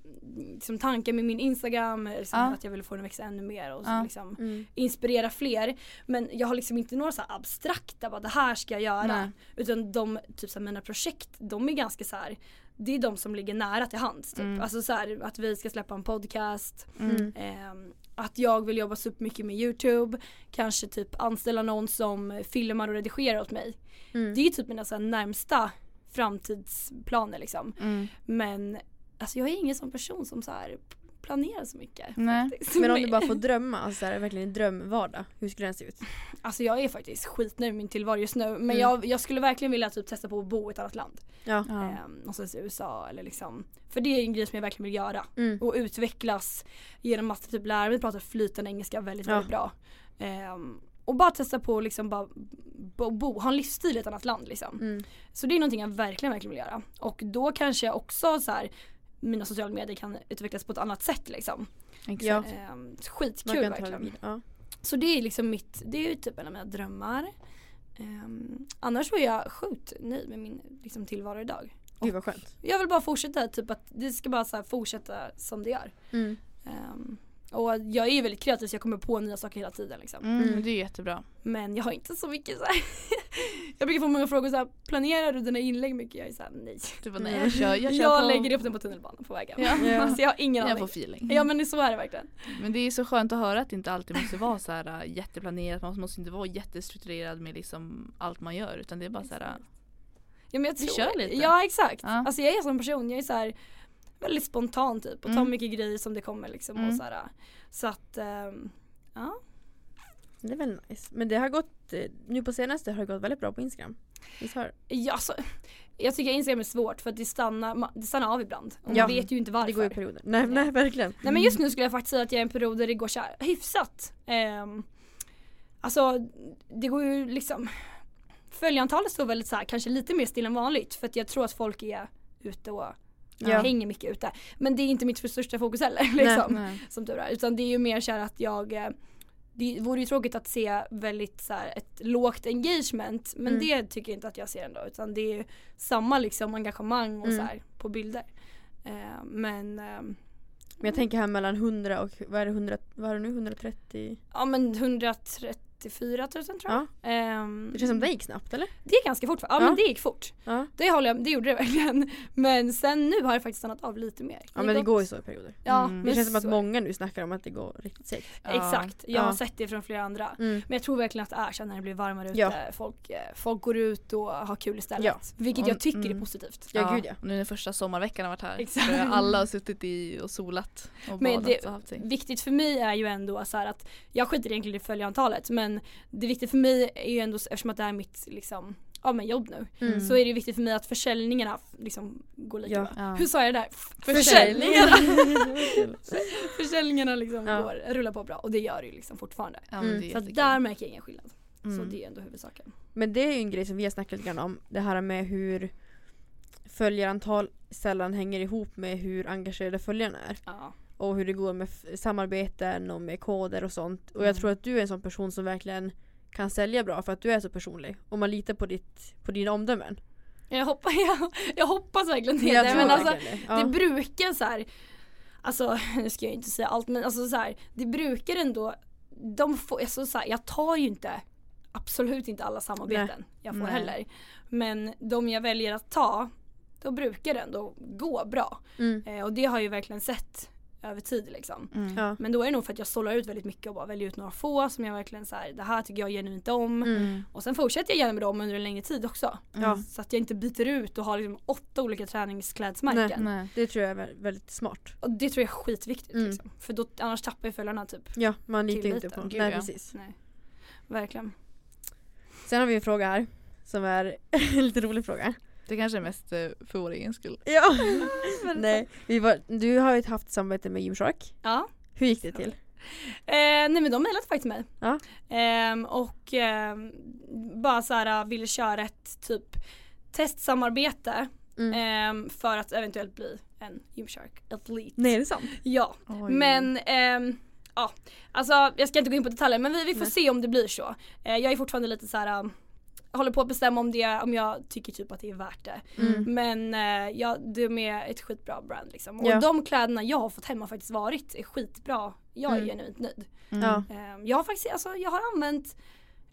Speaker 3: liksom tankar med min Instagram, liksom,
Speaker 2: Ja.
Speaker 3: att jag vill få den att växa ännu mer och så
Speaker 2: Ja.
Speaker 3: liksom
Speaker 1: Mm.
Speaker 3: inspirera fler. Men jag har liksom inte några så här abstrakta, bara det här ska jag göra.
Speaker 2: Nej.
Speaker 3: Utan de, typ så här, mina projekt, de är ganska så här. Det är de som ligger nära till hands. Typ.
Speaker 2: Mm.
Speaker 3: Alltså så här, att vi ska släppa en podcast.
Speaker 1: Mm.
Speaker 3: ehm, att jag vill jobba supermycket med YouTube. Kanske typ anställa någon som filmar och redigerar åt mig.
Speaker 1: Mm.
Speaker 3: Det är typ mina så här, närmsta framtidsplaner liksom.
Speaker 2: Mm.
Speaker 3: Men alltså, jag är ingen sån person som så här planerar så mycket.
Speaker 2: Nej.
Speaker 3: faktiskt.
Speaker 1: Men om du bara får drömma, alltså så här, verkligen en drömvardag, hur skulle den se ut?
Speaker 3: Alltså jag är faktiskt skitnöjd med min tillvaro just nu men
Speaker 1: Mm.
Speaker 3: jag, jag skulle verkligen vilja typ testa på att bo i ett annat land.
Speaker 1: Ja.
Speaker 2: Ja.
Speaker 3: Eh, någonstans i USA eller liksom. För det är en grej som jag verkligen vill göra.
Speaker 1: Mm.
Speaker 3: Och utvecklas genom att typ lära mig prata flytande engelska väldigt,
Speaker 1: Ja.
Speaker 3: väldigt bra. Ehm, och bara testa på att liksom bara bo, bo, ha en livsstil i ett annat land liksom.
Speaker 1: Mm.
Speaker 3: Så det är någonting jag verkligen, verkligen vill göra. Och då kanske jag också så här mina sociala medier kan utvecklas på ett annat sätt liksom.
Speaker 2: Exakt.
Speaker 1: Ja.
Speaker 3: Ehm,
Speaker 1: Man
Speaker 3: skitkul
Speaker 1: kan ta det
Speaker 3: verkligen.
Speaker 1: vidare. Ja.
Speaker 3: Så det är liksom mitt, det är ju typ en av mina drömmar. Ehm, annars så är jag sjukt nöjd med min liksom, tillvaro idag.
Speaker 1: Gud vad skönt.
Speaker 3: Jag vill bara fortsätta, typ att det ska bara så här fortsätta som det gör.
Speaker 1: Mm.
Speaker 3: Ehm, och jag är ju väldigt kreativ så jag kommer på nya saker hela tiden liksom.
Speaker 2: Mm, det är jättebra.
Speaker 3: Men jag har inte så mycket så här. Jag brukar få många frågor så här, planerar du dina inlägg mycket? Jag är såhär nej.
Speaker 2: Du bara, nej,
Speaker 1: Mm.
Speaker 2: jag kör, jag
Speaker 3: Jag,
Speaker 2: kör på,
Speaker 3: lägger upp den på tunnelbanan på vägen.
Speaker 2: Ja.
Speaker 1: Ja.
Speaker 3: Alltså jag har ingen
Speaker 2: jag
Speaker 3: aning.
Speaker 2: får feeling.
Speaker 3: Ja men så är det verkligen.
Speaker 2: Men det är så skönt att höra att det inte alltid måste vara så här äh, jätteplanerat, man måste inte vara jättestrukturerad med liksom allt man gör utan det är bara så här. äh,
Speaker 3: Ja, men jag
Speaker 2: Vi
Speaker 3: tror,
Speaker 2: kör lite.
Speaker 3: Ja exakt.
Speaker 2: Ja.
Speaker 3: Alltså jag är en sån person, jag är så här väldigt spontan typ och tar
Speaker 2: Mm.
Speaker 3: mycket grejer som det kommer liksom.
Speaker 2: Mm.
Speaker 3: Och så, här, så att ehm, ja.
Speaker 1: Det är väl nice. Men det har gått, eh, nu på senaste har det gått väldigt bra på Instagram. Visst har det?
Speaker 3: ja alltså, jag tycker Instagram är svårt för att det stannar, ma- det stannar av ibland. Och
Speaker 1: Ja.
Speaker 3: man vet ju inte varför.
Speaker 1: Det går ju i perioder. Nej, nej verkligen.
Speaker 3: Nej men just nu skulle jag faktiskt säga att jag är i en period där det går så här, hyfsat. Um, alltså det går ju liksom Följantalet står väldigt så här, kanske lite mer still än vanligt för att jag tror att folk är ute och
Speaker 1: Ja.
Speaker 3: hänger mycket ute. Men det är inte mitt största fokus heller liksom.
Speaker 2: nej.
Speaker 3: Som tur är. Utan det är ju mer så här att jag eh, det vore ju tråkigt att se väldigt så här ett lågt engagement men
Speaker 1: Mm.
Speaker 3: det tycker jag inte att jag ser ändå utan det är ju samma liksom engagemang och
Speaker 1: Mm.
Speaker 3: så här på bilder. Eh, men ehm,
Speaker 1: Men jag tänker här mellan 100 och, vad är det, 100, vad är det nu, 130?
Speaker 3: Ja men 134 000 tror jag.
Speaker 1: Ja.
Speaker 3: Ehm,
Speaker 1: Det känns som det gick snabbt eller?
Speaker 3: det är ganska fort. va? Ja,
Speaker 1: Ja.
Speaker 3: men det gick fort.
Speaker 1: Ja.
Speaker 3: Det håller jag, det gjorde det verkligen. Men sen nu har det faktiskt stannat av lite mer.
Speaker 1: Ja men det går ju så i perioder.
Speaker 3: Ja,
Speaker 2: Mm.
Speaker 1: Men det känns som att
Speaker 3: så-
Speaker 1: många nu snackar om att det går riktigt segt.
Speaker 2: Ja.
Speaker 3: Exakt, jag har
Speaker 1: Ja.
Speaker 3: sett det från flera andra.
Speaker 1: Mm.
Speaker 3: Men jag tror verkligen att det är så när det blir varmare ute.
Speaker 1: Ja.
Speaker 3: Folk, eh, folk går ut och har kul istället.
Speaker 1: Ja.
Speaker 3: Vilket
Speaker 2: Och-
Speaker 3: jag tycker
Speaker 2: mm.
Speaker 3: är positivt.
Speaker 1: Ja, gud ja.
Speaker 2: Nu när första sommarveckan har varit här
Speaker 3: Exakt.
Speaker 2: tror jag alla har suttit i och solat och
Speaker 3: Men
Speaker 2: badat
Speaker 3: det-
Speaker 2: och haft sig.
Speaker 3: Viktigt för mig är ju ändå så att jag skiter egentligen i följantalet men det viktiga för mig är ju ändå eftersom att det är mitt liksom, ja, men jobb nu
Speaker 1: Mm.
Speaker 3: så är det viktigt för mig att försäljningarna liksom går lika
Speaker 1: Ja.
Speaker 3: bra.
Speaker 2: Ja.
Speaker 3: Hur sa jag det där?
Speaker 1: Försäljningarna.
Speaker 3: Försäljningarna liksom
Speaker 1: Ja.
Speaker 3: går, rullar på bra och det gör det ju liksom fortfarande.
Speaker 2: Ja, men det är
Speaker 1: Mm.
Speaker 3: Så
Speaker 2: jättekul.
Speaker 3: att där märker jag ingen skillnad. Så
Speaker 2: Mm.
Speaker 3: det är ändå huvudsaken.
Speaker 1: Men det är ju en grej som vi har snackat lite grann om. Det här med hur följarantal sällan hänger ihop med hur engagerade följarna är.
Speaker 3: Ja.
Speaker 1: Och hur det går med f- samarbeten och med koder och sånt. Och jag
Speaker 2: Mm.
Speaker 1: tror att du är en sån person som verkligen kan sälja bra för att du är så personlig. Och man litar på, ditt, på dina omdömen.
Speaker 3: Jag, hoppa, jag, jag hoppas verkligen det.
Speaker 1: Jag
Speaker 3: Nej,
Speaker 1: tror
Speaker 3: men alltså,
Speaker 1: verkligen det. Ja.
Speaker 3: Det brukar så här, alltså nu ska jag inte säga allt men alltså så här, det brukar ändå, de får, alltså, så här, jag tar ju inte absolut inte alla samarbeten jag får
Speaker 2: Nej.
Speaker 3: heller. Men de jag väljer att ta, då brukar det ändå gå bra.
Speaker 1: Mm.
Speaker 3: Eh, och det har jag ju verkligen sett över tid liksom.
Speaker 2: Mm.
Speaker 1: Ja.
Speaker 3: Men då är det nog för att jag sållar ut väldigt mycket och bara väljer ut några få som jag verkligen så här, det här tycker jag genuint om.
Speaker 1: Mm.
Speaker 3: Och sen fortsätter jag gärna med dem under en längre tid också.
Speaker 1: Ja.
Speaker 3: Så att jag inte byter ut och har liksom åtta olika träningsklädesmärken.
Speaker 1: Nej.
Speaker 2: Nej.
Speaker 1: Det tror jag är vä- väldigt smart.
Speaker 3: Och det tror jag är skitviktigt.
Speaker 1: Mm.
Speaker 3: Liksom. För då, annars tappar ju följarna typ.
Speaker 1: Ja, man litar ju inte på
Speaker 3: Tilliten.
Speaker 1: honom.
Speaker 2: Gud,
Speaker 1: Nej,
Speaker 2: ja.
Speaker 1: precis.
Speaker 3: Nej. Verkligen.
Speaker 1: Sen har vi en fråga här som är en lite rolig fråga.
Speaker 2: Det kanske är mest eh, för vår egen skull.
Speaker 1: Ja. Nej, vi var, du har ju haft samarbete med Gymshark.
Speaker 3: Ja.
Speaker 1: Hur gick det till?
Speaker 3: Eh, nej men de mejlade faktiskt mig.
Speaker 1: Ja.
Speaker 3: Ehm, och ehm, bara så här äh, ville köra ett typ testsamarbete
Speaker 1: Mm.
Speaker 3: ehm, för att eventuellt bli en Gymshark athlete.
Speaker 1: Nej, är det sant?
Speaker 3: Ja. Men ehm, ja, alltså jag ska inte gå in på detaljer men vi, vi får
Speaker 1: Nej.
Speaker 3: se om det blir så. Eh, jag är fortfarande lite så här. um, håller på att bestämma om det, om jag tycker typ att det är värt det.
Speaker 1: Mm.
Speaker 3: Men eh, ja, de är ett skitbra brand liksom. Och
Speaker 1: Ja.
Speaker 3: de kläderna jag har fått hem har faktiskt varit är skitbra. Jag är
Speaker 1: Mm.
Speaker 3: genuint nöjd.
Speaker 2: Mm.
Speaker 1: Ja.
Speaker 3: Ehm, jag har faktiskt, alltså jag har använt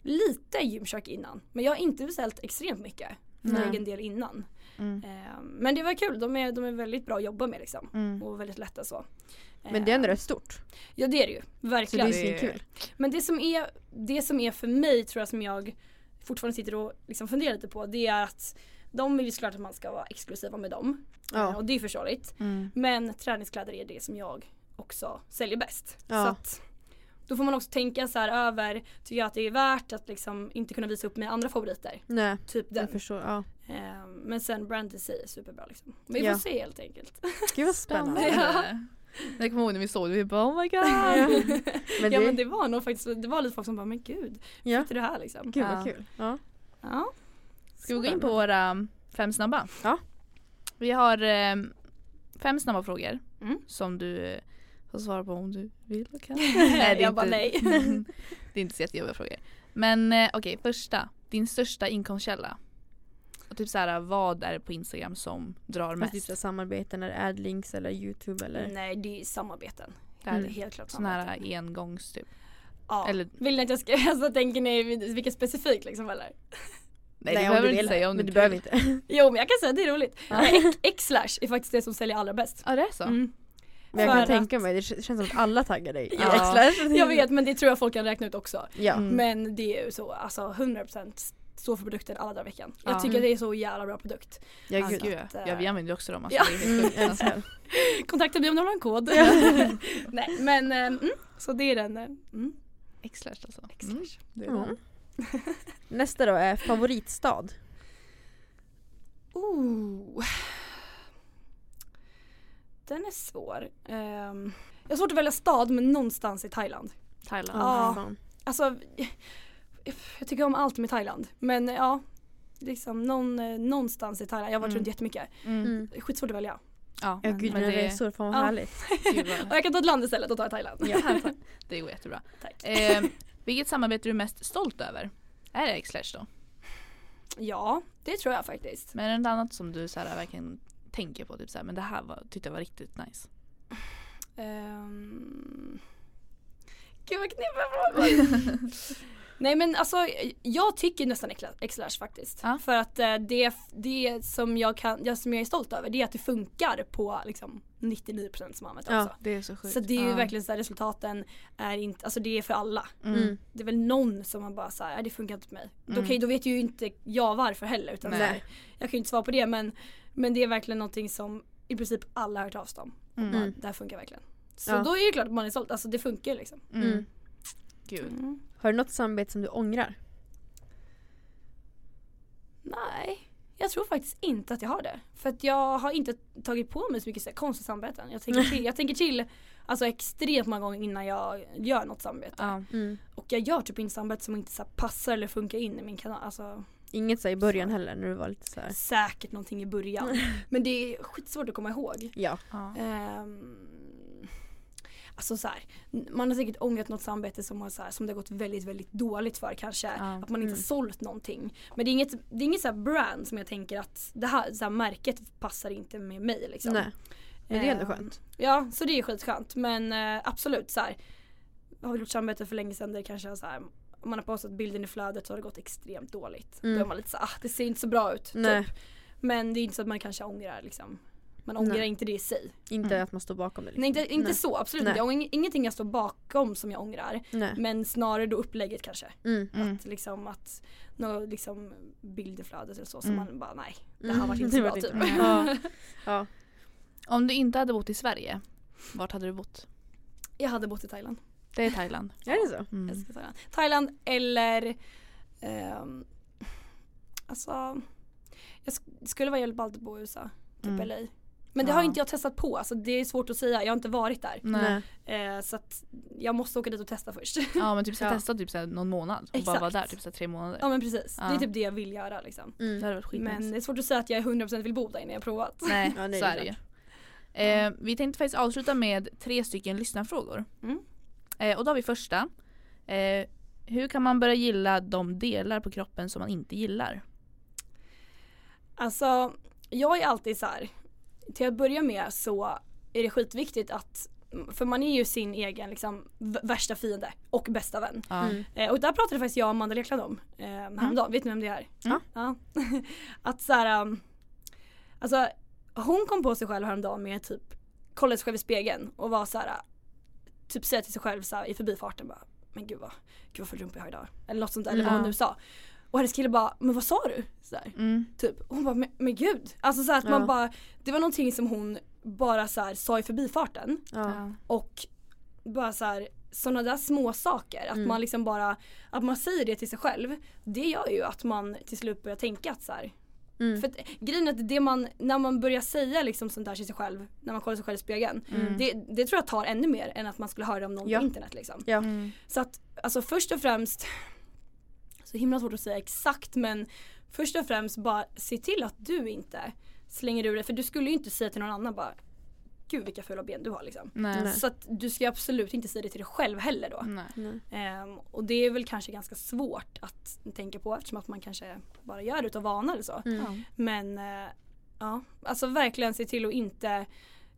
Speaker 3: lite Gymshark innan. Men jag har inte beställt extremt mycket för
Speaker 1: Nej.
Speaker 3: egen del innan.
Speaker 2: Mm.
Speaker 3: Ehm, men det var kul, de är, de är väldigt bra att jobba med liksom.
Speaker 2: Mm.
Speaker 3: Och väldigt lätta så.
Speaker 1: Men det är
Speaker 3: Ehm,
Speaker 1: ändå rätt stort.
Speaker 3: Ja det är det ju,
Speaker 1: Så
Speaker 3: verkligen.
Speaker 1: det är
Speaker 2: det är-
Speaker 1: svinkul.
Speaker 3: Men det som, är, det som är för mig tror jag som jag fortfarande sitter och liksom funderar lite på det är att de vill ju såklart att man ska vara exklusiva med dem. Eh,
Speaker 1: Ja.
Speaker 3: Och det är förståeligt.
Speaker 2: Mm.
Speaker 3: Men träningskläder är det som jag också säljer bäst.
Speaker 1: Ja.
Speaker 3: Så att då får man också tänka så här över, tycker jag att det är värt att liksom inte kunna visa upp mina andra favoriter?
Speaker 1: Nej,
Speaker 3: Typ den.
Speaker 1: jag förstår. Ja.
Speaker 3: Eh, Men sen brand i sig är superbra liksom. Vi får
Speaker 1: Ja.
Speaker 3: se helt enkelt.
Speaker 1: Gud vad spännande.
Speaker 2: Ja. eh, Jag kommer ihåg när vi såg det, vi bara oh my god.
Speaker 1: Men det,
Speaker 3: ja men det var nog faktiskt, det var lite folk som bara men gud,
Speaker 1: ja.
Speaker 3: sitter du här liksom?
Speaker 1: Gud vad
Speaker 2: Ja.
Speaker 1: kul. Ja.
Speaker 3: Ja.
Speaker 2: Ska vi gå in på våra fem snabba?
Speaker 1: Ja.
Speaker 2: Vi har eh, fem snabba frågor
Speaker 3: Mm.
Speaker 2: som du eh, får svara på om du vill och kan.
Speaker 3: Jag bara, nej.
Speaker 2: Mm. det är inte så jättejobbiga frågor. Men eh, okej, första. Din största inkomstkälla? Och typ såhär, vad är det på Instagram som drar
Speaker 1: Fast
Speaker 2: mest?
Speaker 1: typ samarbeten eller adlinks eller youtube eller
Speaker 3: Nej det är samarbeten.
Speaker 2: Det här
Speaker 3: Det är
Speaker 2: är
Speaker 3: helt klart
Speaker 2: Sån här
Speaker 3: samarbeten.
Speaker 2: engångs typ.
Speaker 3: Mm. ja.
Speaker 2: eller-
Speaker 3: Vill ni att jag ska, alltså tänker ni vilket specifikt liksom eller?
Speaker 2: Nej,
Speaker 1: om
Speaker 2: du behöver inte
Speaker 1: vill.
Speaker 2: säga om
Speaker 1: men
Speaker 2: du
Speaker 1: du behöver inte.
Speaker 3: Jo men jag kan säga det är roligt.
Speaker 2: Ja.
Speaker 3: X-Slash är faktiskt det som säljer allra bäst.
Speaker 2: Ja det är så?
Speaker 3: Mm.
Speaker 1: Men jag
Speaker 3: För
Speaker 1: kan
Speaker 3: att-
Speaker 1: tänka mig, det kän- känns som att alla taggar dig i
Speaker 2: Ja.
Speaker 1: X-Lash.
Speaker 3: Jag vet men det tror jag folk kan räkna ut också.
Speaker 1: Ja.
Speaker 2: Mm.
Speaker 3: Men det är ju så alltså 100% står för produkten alla dagar i veckan. Jag
Speaker 2: Ja.
Speaker 3: tycker att det är så jävla bra produkt.
Speaker 1: Ja,
Speaker 2: Ja,
Speaker 1: gud.
Speaker 2: gud,
Speaker 3: att,
Speaker 2: ja.
Speaker 3: eh,
Speaker 2: ja vi använder ju också dem. Alltså,
Speaker 3: ja.
Speaker 2: det är helt
Speaker 1: Mm,
Speaker 2: sjukt, alltså.
Speaker 1: älskar.
Speaker 3: Kontakta mig om du har en kod. Nej men eh, mm, så det är den. eh, Mm.
Speaker 2: X-slash alltså.
Speaker 3: X-Slash.
Speaker 2: Mm, det är
Speaker 1: Ja.
Speaker 2: den.
Speaker 1: Nästa då är favoritstad.
Speaker 3: Ooh. Den är svår. Ehm, jag har svårt att välja stad men någonstans i Thailand.
Speaker 2: Thailand.
Speaker 3: Ja.
Speaker 1: fan.
Speaker 3: Alltså, jag tycker om allt med Thailand. Men ja, liksom någon, eh, någonstans i Thailand. Jag har varit
Speaker 2: Mm.
Speaker 3: runt jättemycket.
Speaker 1: Mm.
Speaker 3: Skitsvårt att välja.
Speaker 2: Ja,
Speaker 1: Ja gud
Speaker 2: men
Speaker 1: mina
Speaker 2: det,
Speaker 1: resor, fan vad
Speaker 3: Ja.
Speaker 1: härligt.
Speaker 2: gud, vad-
Speaker 3: Och jag kan ta ett land istället och ta Thailand.
Speaker 2: Ja, det går jättebra.
Speaker 3: Tack.
Speaker 2: Eh, vilket samarbete är du mest stolt över? Är det X-Slash då?
Speaker 3: Ja, det tror jag faktiskt.
Speaker 2: Men är det något annat som du så här, verkligen tänker på? Typ så här, men det här var, tyckte jag var riktigt nice.
Speaker 3: Um... Gud vad knepiga frågor. Nej men alltså jag tycker nästan X-Lash faktiskt.
Speaker 2: Ja.
Speaker 3: För att eh, det, det som, jag kan, ja, som jag är stolt över det är att det funkar på liksom, 99% som använder
Speaker 1: Ja.
Speaker 3: också.
Speaker 2: Det är så sjukt.
Speaker 3: Så alltså. det är ju verkligen så här, resultaten är inte, alltså det är för alla.
Speaker 1: Mm.
Speaker 3: Det är väl någon som man bara såhär, det funkar inte på mig. Då,
Speaker 2: Mm.
Speaker 3: kan, ju- då vet ju inte jag varför heller. Utan så
Speaker 2: Nej.
Speaker 3: här, jag kan ju inte svara på det men, men det är verkligen någonting som i princip alla har hört av sig om.
Speaker 2: Mm.
Speaker 3: Bara, Det här funkar verkligen. Så
Speaker 1: Ja.
Speaker 3: då är det ju klart att man är såld, alltså det funkar ju liksom. Mm.
Speaker 2: Mm.
Speaker 1: Mm.
Speaker 2: Gud.
Speaker 1: Har du något samarbete som du ångrar?
Speaker 3: Nej, jag tror faktiskt inte att jag har det. För att jag har inte tagit på mig så mycket så här konstiga samarbeten. Jag tänker till, jag tänker till alltså, extremt många gånger innan jag gör något samarbete.
Speaker 2: Ja.
Speaker 3: Och jag gör typ inte samarbete som inte så här passar eller funkar in i min kanal. Alltså,
Speaker 1: Inget så här i början heller när du var lite såhär.
Speaker 3: säkert någonting i början. Men det är skitsvårt att komma ihåg.
Speaker 1: Ja.
Speaker 2: Ja.
Speaker 3: Ehm, Alltså så här, man har säkert ångrat något samarbete som, har så här, som det har gått väldigt väldigt dåligt för kanske.
Speaker 2: Ja.
Speaker 3: Att man inte
Speaker 1: Mm.
Speaker 3: har sålt någonting. Men det är inget, det är inget så här brand som jag tänker att det här, så här märket passar inte med mig. Liksom.
Speaker 1: Nej. Men det är ändå
Speaker 3: Ehm,
Speaker 1: skönt.
Speaker 3: Ja, så det är skitskönt. Men eh, absolut så här. Har vi gjort samarbete för länge sedan där det kanske är så här. Om man har postat bilden i flödet så har det gått extremt dåligt.
Speaker 1: Mm.
Speaker 3: Då är man lite så här, ah, det ser inte så bra ut.
Speaker 1: Nej,
Speaker 3: Typ. Men det är inte så att man kanske ångrar liksom. Man
Speaker 1: Nej.
Speaker 3: ångrar inte det i sig.
Speaker 1: inte
Speaker 2: Mm.
Speaker 1: att man står bakom det. Liksom.
Speaker 3: Nej inte, inte
Speaker 1: Nej.
Speaker 3: så, absolut
Speaker 1: Nej.
Speaker 3: inte. Jag ångrar Ingenting jag står bakom som jag ångrar.
Speaker 1: Nej.
Speaker 3: Men snarare då upplägget kanske.
Speaker 1: Mm.
Speaker 2: Mm.
Speaker 3: Liksom att några liksom bild i flödet eller så som
Speaker 2: Mm.
Speaker 3: man bara nej. Det här var
Speaker 1: Mm.
Speaker 3: inte så bra
Speaker 1: vart
Speaker 3: typ.
Speaker 1: bra. Ja. ja.
Speaker 2: Om du inte hade bott i Sverige, vart hade du bott?
Speaker 3: Jag hade bott i Thailand.
Speaker 2: Det är Thailand.
Speaker 1: Är det så?
Speaker 2: Mm.
Speaker 3: älskar Thailand. Thailand eller ehm, Alltså Jag sk- det skulle vara jävligt ballt att bo i USA, typ
Speaker 2: Mm.
Speaker 3: LA. Men det har
Speaker 2: Ja.
Speaker 3: inte jag testat på, alltså det är svårt att säga. Jag har inte varit där.
Speaker 2: Nej.
Speaker 3: Eh, så att jag måste åka dit och testa först.
Speaker 2: Ja men typ så här,
Speaker 1: Ja.
Speaker 2: testa typ så här, någon månad och bara
Speaker 3: Exakt.
Speaker 2: vara där typ så här, tre månader.
Speaker 3: ja men precis, det är
Speaker 2: Ja.
Speaker 3: typ det jag vill göra liksom.
Speaker 2: Det
Speaker 1: Mm.
Speaker 2: hade varit skitnice.
Speaker 3: Men det är svårt att säga att jag 100% vill bo där innan jag provat.
Speaker 2: Nej,
Speaker 1: Ja, det är
Speaker 2: så
Speaker 1: det
Speaker 2: är det ju. Eh, vi tänkte faktiskt avsluta med tre stycken lyssnarfrågor.
Speaker 3: Mm.
Speaker 2: Eh, och då har vi första. Eh, hur kan man börja gilla de delar på kroppen som man inte gillar?
Speaker 3: Alltså jag är alltid så här. till att börja med så är det skitviktigt att, för man är ju sin egen liksom v- värsta fiende och bästa vän.
Speaker 2: Ja.
Speaker 1: Mm.
Speaker 3: Eh, och där pratade faktiskt jag och Amanda Lekland om eh, häromdagen. Vet ni vem det är?
Speaker 2: Ja.
Speaker 3: ja. att såhär, um, alltså hon kom på sig själv häromdagen med typ kolla sig själv i spegeln och var såhär, uh, typ säga till sig själv såhär, i förbifarten bara men gud vad, gud vad full rumpa jag har idag. Eller något sånt där, eller vad
Speaker 2: Mm.
Speaker 3: hon nu sa. Och hennes kille bara, men vad sa du? Sådär,
Speaker 2: Mm.
Speaker 3: typ. Och hon bara, men, men gud. Alltså såhär att
Speaker 1: Ja.
Speaker 3: man bara, det var någonting som hon bara såhär sa i förbifarten.
Speaker 2: Mm.
Speaker 1: Ja.
Speaker 3: Och bara så här, sådana där små saker att
Speaker 1: Mm.
Speaker 3: man liksom bara, att man säger det till sig själv. Det gör ju att man till slut börjar tänka att så här.
Speaker 1: Mm.
Speaker 3: För att, grejen är att det man, när man börjar säga liksom sånt där till sig själv, när man kollar sig själv i spegeln.
Speaker 2: Mm.
Speaker 3: Det, det tror jag tar ännu mer än att man skulle höra om någon
Speaker 1: Ja.
Speaker 3: på internet liksom.
Speaker 1: Ja.
Speaker 2: Mm.
Speaker 3: Så att alltså först och främst, så himla svårt att säga exakt men först och främst bara se till att du inte slänger ur det. För du skulle ju inte säga till någon annan bara, gud vilka fula ben du har liksom.
Speaker 2: Nej. Mm.
Speaker 1: Nej.
Speaker 3: Så att du ska absolut inte säga det till dig själv heller då.
Speaker 2: Nej.
Speaker 1: Nej.
Speaker 3: Ehm, och det är väl kanske ganska svårt att tänka på eftersom att man kanske bara gör det utav vana eller så.
Speaker 1: Mm.
Speaker 2: Ja.
Speaker 3: Men eh, ja, alltså verkligen se till att inte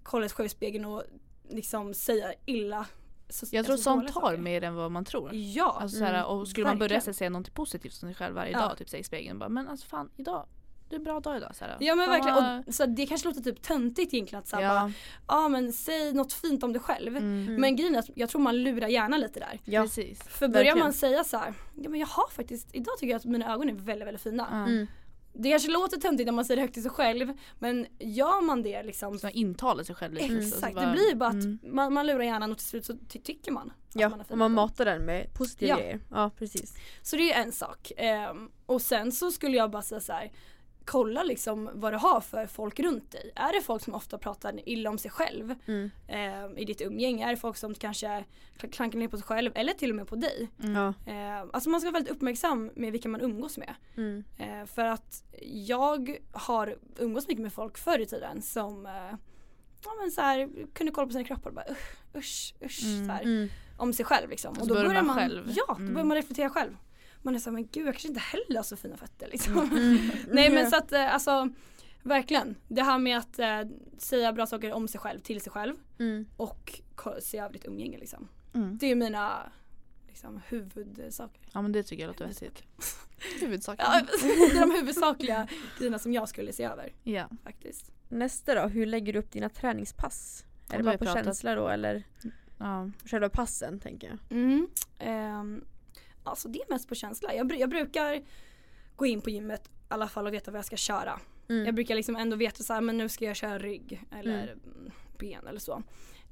Speaker 3: kolla sig själv i spegeln och liksom säga illa. Så,
Speaker 2: Jag tror
Speaker 3: alltså,
Speaker 2: sånt
Speaker 3: dåliga
Speaker 2: tar
Speaker 3: saker.
Speaker 2: mer än vad man tror.
Speaker 3: Ja,
Speaker 2: Alltså, så här,
Speaker 1: Mm.
Speaker 2: och skulle man börja
Speaker 3: Verkligen.
Speaker 2: så här, säga något positivt om sig själv varje
Speaker 3: Ja.
Speaker 2: dag, typ säga i spegeln bara, men alltså fan idag, det är en bra dag idag. Så här.
Speaker 3: ja men
Speaker 2: Fan,
Speaker 3: verkligen.
Speaker 2: vad-
Speaker 3: Och, så det kanske låter typ töntigt egentligen att säga ja.
Speaker 2: ja.
Speaker 3: ah, men säg något fint om dig själv.
Speaker 2: Mm.
Speaker 3: Men grejen är att jag tror man lurar hjärnan lite där.
Speaker 1: Ja.
Speaker 2: Precis.
Speaker 3: För börjar
Speaker 1: Verkligen.
Speaker 3: man säga så här, ja men jag har faktiskt, idag tycker jag att mina ögon är väldigt väldigt fina.
Speaker 2: Ja.
Speaker 1: Mm.
Speaker 3: Det kanske låter töntigt när man säger det högt till sig själv men gör man det liksom
Speaker 2: Så man intalar sig själv lite. så- så
Speaker 3: Exakt,
Speaker 2: bara-
Speaker 3: det blir bara att
Speaker 2: Mm.
Speaker 3: man, man lurar hjärnan och till slut så ty- tycker man att
Speaker 1: Ja,
Speaker 3: man har fina
Speaker 1: och man
Speaker 3: ögon.
Speaker 1: matar den med positiva
Speaker 3: Ja.
Speaker 1: grejer. Ja, precis.
Speaker 3: Så det är ju en sak. Ehm, och sen så skulle jag bara säga så här kolla liksom vad du har för folk runt dig. Är det folk som ofta pratar illa om sig själv
Speaker 1: Mm.
Speaker 3: ehm, i ditt umgänge? Är det folk som kanske kl- klankar ner på sig själv eller till och med på dig?
Speaker 2: Mm.
Speaker 1: Ja.
Speaker 3: Ehm, alltså man ska vara väldigt uppmärksam med vilka man umgås med.
Speaker 1: Mm.
Speaker 3: Eh, för att jag har umgåtts mycket med folk förr i tiden som eh, ja, men så här, kunde kolla på sina kroppar och bara usch, usch, usch
Speaker 2: Mm,
Speaker 3: så här,
Speaker 1: Mm.
Speaker 3: om sig själv liksom.
Speaker 2: Och så börjar man själv.
Speaker 3: Ja, då
Speaker 2: Mm.
Speaker 3: börjar man reflektera själv. Man är såhär, men gud jag kanske inte heller har så fina fötter liksom.
Speaker 1: Mm.
Speaker 3: Nej men så att eh, alltså verkligen. Det här med att eh, säga bra saker om sig själv, till sig själv
Speaker 1: Mm.
Speaker 3: och ko- se över ditt umgänge liksom.
Speaker 2: Mm.
Speaker 3: Det är mina liksom, huvudsaker.
Speaker 2: Ja men det tycker jag låter vettigt. Huvudsaken.
Speaker 3: Ja, det är de huvudsakliga grejerna som jag skulle se över
Speaker 2: Ja.
Speaker 3: faktiskt.
Speaker 1: Nästa då, hur lägger du upp dina träningspass?
Speaker 2: Ja,
Speaker 1: Är det
Speaker 2: då har
Speaker 1: bara
Speaker 2: jag
Speaker 1: på
Speaker 2: pratat.
Speaker 1: känsla då eller
Speaker 2: ja.
Speaker 1: själva passen tänker jag?
Speaker 3: Mm. ehm, alltså det är mest på känsla. Jag, bru- jag brukar gå in på gymmet i alla fall och veta vad jag ska köra.
Speaker 1: Mm.
Speaker 3: Jag brukar liksom ändå veta så här, men nu ska jag köra rygg eller mm, ben eller så.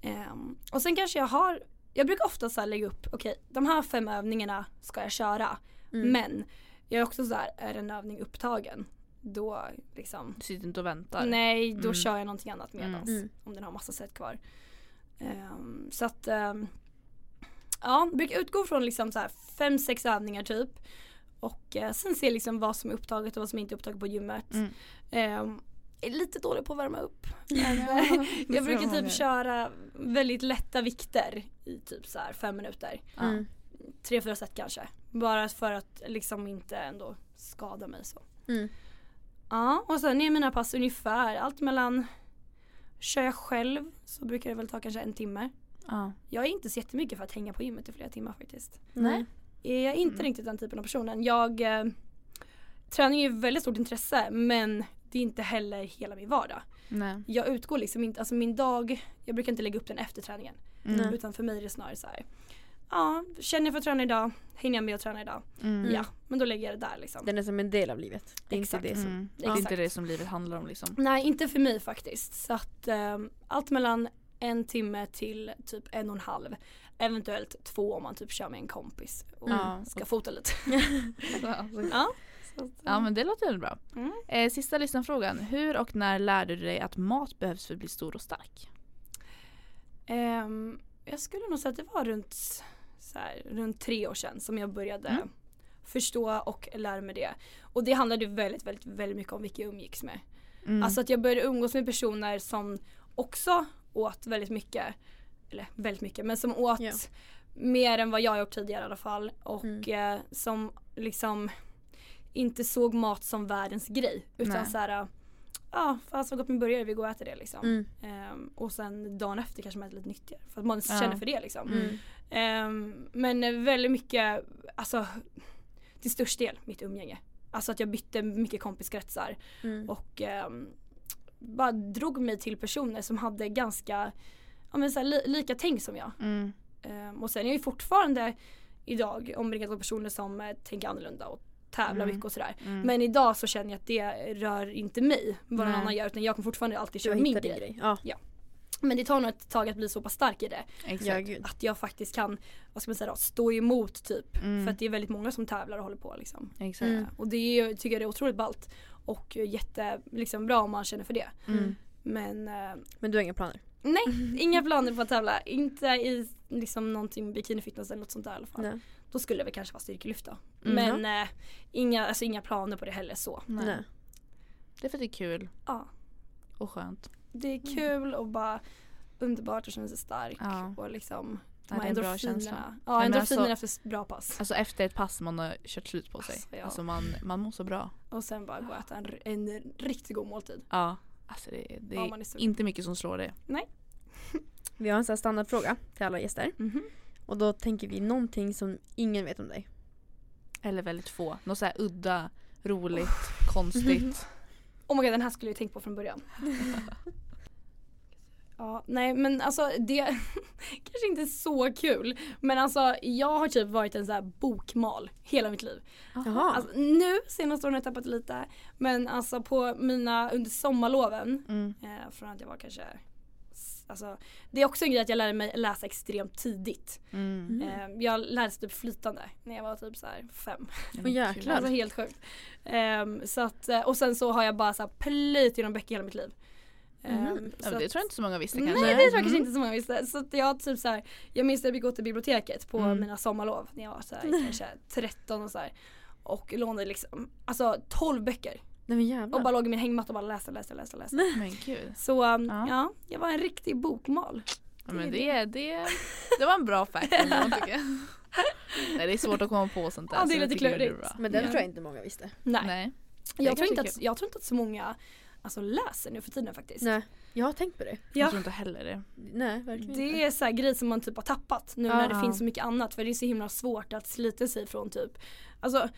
Speaker 3: Ehm, och sen kanske jag har, jag brukar ofta så här lägga upp, okej de här fem övningarna ska jag köra.
Speaker 1: Mm.
Speaker 3: Men jag är också så här, är en övning upptagen då liksom
Speaker 2: Du sitter inte och väntar.
Speaker 3: Nej, då
Speaker 2: Mm.
Speaker 3: kör jag någonting annat medans.
Speaker 1: Mm. Mm.
Speaker 3: Om den har massa set kvar. Ehm, så att ehm, Ja, brukar utgå från liksom så här fem, sex övningar typ. Och eh, sen se liksom vad som är upptaget och vad som inte är upptaget på gymmet.
Speaker 2: Mm.
Speaker 3: Ehm, är lite dålig på att värma upp. Men, jag brukar typ köra väldigt lätta vikter i typ så här fem minuter.
Speaker 1: Mm.
Speaker 3: Tre, fyra set kanske. Bara för att liksom inte ändå skada mig så.
Speaker 1: Mm.
Speaker 3: Ja och sen är mina pass ungefär allt mellan Kör jag själv så brukar det väl ta kanske en timme.
Speaker 2: Ja.
Speaker 3: Jag är inte så jättemycket för att hänga på gymmet i flera timmar faktiskt.
Speaker 1: Nej.
Speaker 3: är jag inte
Speaker 2: Mm.
Speaker 3: riktigt den typen av personen. Jag, eh, träning är ju väldigt stort intresse men det är inte heller hela min vardag.
Speaker 2: Nej.
Speaker 3: Jag utgår liksom inte, alltså min dag, jag brukar inte lägga upp den efter träningen.
Speaker 1: Nej.
Speaker 2: Mm.
Speaker 3: Utan för mig är det snarare så här. ja känner jag för att träna idag, hinner jag med att träna idag?
Speaker 2: Mm.
Speaker 3: Ja, men då lägger jag det där liksom.
Speaker 1: Den är som en del av livet. Det är
Speaker 3: Exakt.
Speaker 1: inte det som...
Speaker 2: Mm. Det
Speaker 3: Ja.
Speaker 2: är inte det som livet handlar om liksom.
Speaker 3: Nej inte för mig faktiskt. Så att eh, allt mellan en timme till typ en och en halv. Eventuellt två om man typ kör med en kompis och
Speaker 2: Ja.
Speaker 3: ska fota lite. Ja. Så att,
Speaker 2: Ja men det låter väl bra.
Speaker 3: Mm.
Speaker 2: Eh, sista lyssnarfrågan. Hur och när lärde du dig att mat behövs för att bli stor och stark?
Speaker 3: Ehm, jag skulle nog säga att det var runt, så här, runt tre år sedan som jag började
Speaker 2: Mm.
Speaker 3: förstå och lära mig det. Och det handlade ju väldigt, väldigt, väldigt mycket om vilka jag umgicks med.
Speaker 2: Mm.
Speaker 3: Alltså att jag började umgås med personer som också åt väldigt mycket, eller väldigt mycket, men som åt
Speaker 1: Ja.
Speaker 3: mer än vad jag gjort tidigare i alla fall. Och eh, som liksom inte såg mat som världens grej. Utan
Speaker 2: Nej.
Speaker 3: så här, ja, fan så gott med burgare, vi går och äter det liksom.
Speaker 1: Mm.
Speaker 3: Ehm, och sen dagen efter kanske man äter lite nyttigare för att man
Speaker 2: Ja.
Speaker 3: känner för det liksom.
Speaker 1: Mm.
Speaker 3: Ehm, men väldigt mycket, alltså till störst del mitt umgänge. Alltså att jag bytte mycket kompiskretsar
Speaker 1: Mm.
Speaker 3: och ehm, bara drog mig till personer som hade ganska ja, men så här, li- lika tänk som jag.
Speaker 2: Mm.
Speaker 3: Ehm, och sen är jag ju fortfarande idag omringad av personer som eh, tänker annorlunda och tävlar
Speaker 2: Mm.
Speaker 3: mycket och sådär.
Speaker 2: Mm.
Speaker 3: Men idag så känner jag att det rör inte mig vad någon
Speaker 2: Nej.
Speaker 3: annan gör utan jag kommer fortfarande alltid
Speaker 1: Du har
Speaker 3: köra min
Speaker 1: hittat
Speaker 3: grej.
Speaker 1: din grej. Ja.
Speaker 3: Men det tar nog ett tag att bli så pass stark i det.
Speaker 1: ja,
Speaker 2: Exakt.
Speaker 1: gud.
Speaker 3: Att jag faktiskt kan, vad ska man säga då, stå emot typ.
Speaker 2: Mm.
Speaker 3: För att det är väldigt många som tävlar och håller på liksom.
Speaker 2: Exakt.
Speaker 1: Mm.
Speaker 3: Och det är, ju- tycker jag är otroligt ballt. Och jätte, liksom, bra om man känner för det.
Speaker 2: Mm.
Speaker 3: Men eh,
Speaker 1: Men du har inga planer?
Speaker 3: nej, inga planer på att tävla. Inte i liksom någonting bikinifitness eller något sånt där i alla fall.
Speaker 1: Nej. Mhm.
Speaker 3: Då skulle det väl kanske vara styrkelyft då.
Speaker 2: Mm.
Speaker 3: Men eh, inga, alltså, inga planer på det heller så.
Speaker 2: Nej.
Speaker 1: Nej.
Speaker 2: Det är för att det är kul
Speaker 3: Ja,
Speaker 2: och skönt.
Speaker 3: det är kul och bara underbart att känna sig stark.
Speaker 2: Mm. Ja.
Speaker 3: Och liksom,
Speaker 2: Ja, det är en bra känsla.
Speaker 3: Ja,
Speaker 2: Nej, men
Speaker 3: endorfinerna
Speaker 2: alltså-
Speaker 3: efter bra pass.
Speaker 2: Alltså efter ett pass man har kört slut på sig.
Speaker 3: Alltså,
Speaker 2: Alltså,
Speaker 3: ja.
Speaker 2: man, man mår så bra.
Speaker 3: Och sen bara gå och äta en, en riktigt god måltid.
Speaker 2: Ja. Alltså det, det
Speaker 3: Ja,
Speaker 2: är
Speaker 3: man är sugen.
Speaker 2: inte mycket som slår det.
Speaker 1: Vi har en sån här standardfråga till alla gäster.
Speaker 3: Mhm.
Speaker 1: Och då tänker vi någonting som ingen vet om dig.
Speaker 2: Eller väldigt få. Något så här udda, roligt, konstigt.
Speaker 3: Oh my god den här skulle jag ju tänkt på från början. ja, nej men alltså det kanske inte är så kul. Men alltså jag har typ varit en så här bokmal hela mitt liv.
Speaker 1: Jaha.
Speaker 3: Alltså, nu senaste åren har jag tappat lite. Men alltså på mina, under sommarloven
Speaker 2: Mm.
Speaker 3: eh, från att jag var kanske s- Alltså, det är också en grej att jag lärde mig läsa extremt tidigt.
Speaker 2: Mm.
Speaker 3: Eh, jag lärde typ flytande när jag var typ så här fem.
Speaker 2: Ja,
Speaker 1: Åh,
Speaker 2: men kul.
Speaker 1: jäklar.
Speaker 3: Alltså helt sjukt. Ehm, så att, eh, och sen så har jag bara så här plöjt genom böcker hela mitt liv. Ehm,
Speaker 1: Mhm.
Speaker 2: Ja,
Speaker 3: så
Speaker 2: men det
Speaker 3: att-
Speaker 2: tror jag inte så många visste
Speaker 3: Nej
Speaker 2: kanske.
Speaker 3: det tror jag kanske
Speaker 2: Mm.
Speaker 3: inte så många visste. Så att jag, typ så här, jag minns att jag fick gå till biblioteket på
Speaker 2: Mm.
Speaker 3: mina sommarlov när jag var så här, kanske 13 och så här. Och lånade liksom, alltså 12 böcker.
Speaker 1: Nej men jävlar.
Speaker 3: Och bara låg i min hängmatta och bara läste, läste, läste, läste.
Speaker 2: Men gud.
Speaker 3: Så ehm,
Speaker 2: Ja.
Speaker 3: ja, jag var en riktig bokmal.
Speaker 2: Ja, men det, det, det var en bra fact ändå, tycker jag. Nej det är svårt att komma på sånt där.
Speaker 3: Ja, det är
Speaker 2: så jag
Speaker 3: lite
Speaker 2: tycker
Speaker 3: klurigt.
Speaker 2: bra.
Speaker 1: Men den
Speaker 3: Ja.
Speaker 1: tror jag inte många visste.
Speaker 3: Nej.
Speaker 2: Nej.
Speaker 3: jag,
Speaker 2: kanske
Speaker 3: tror inte
Speaker 2: är
Speaker 3: att, jag tror inte att så många alltså, läser nu för tiden faktiskt.
Speaker 1: Nej. Jag har tänkt på det.
Speaker 2: Jag
Speaker 3: Ja.
Speaker 2: tror inte heller det.
Speaker 1: Nej verkligen
Speaker 3: Det
Speaker 1: inte.
Speaker 3: är så här grej som man typ har tappat nu
Speaker 1: Ja.
Speaker 3: när det finns så mycket annat för det är så himla svårt att slita sig från typ Alltså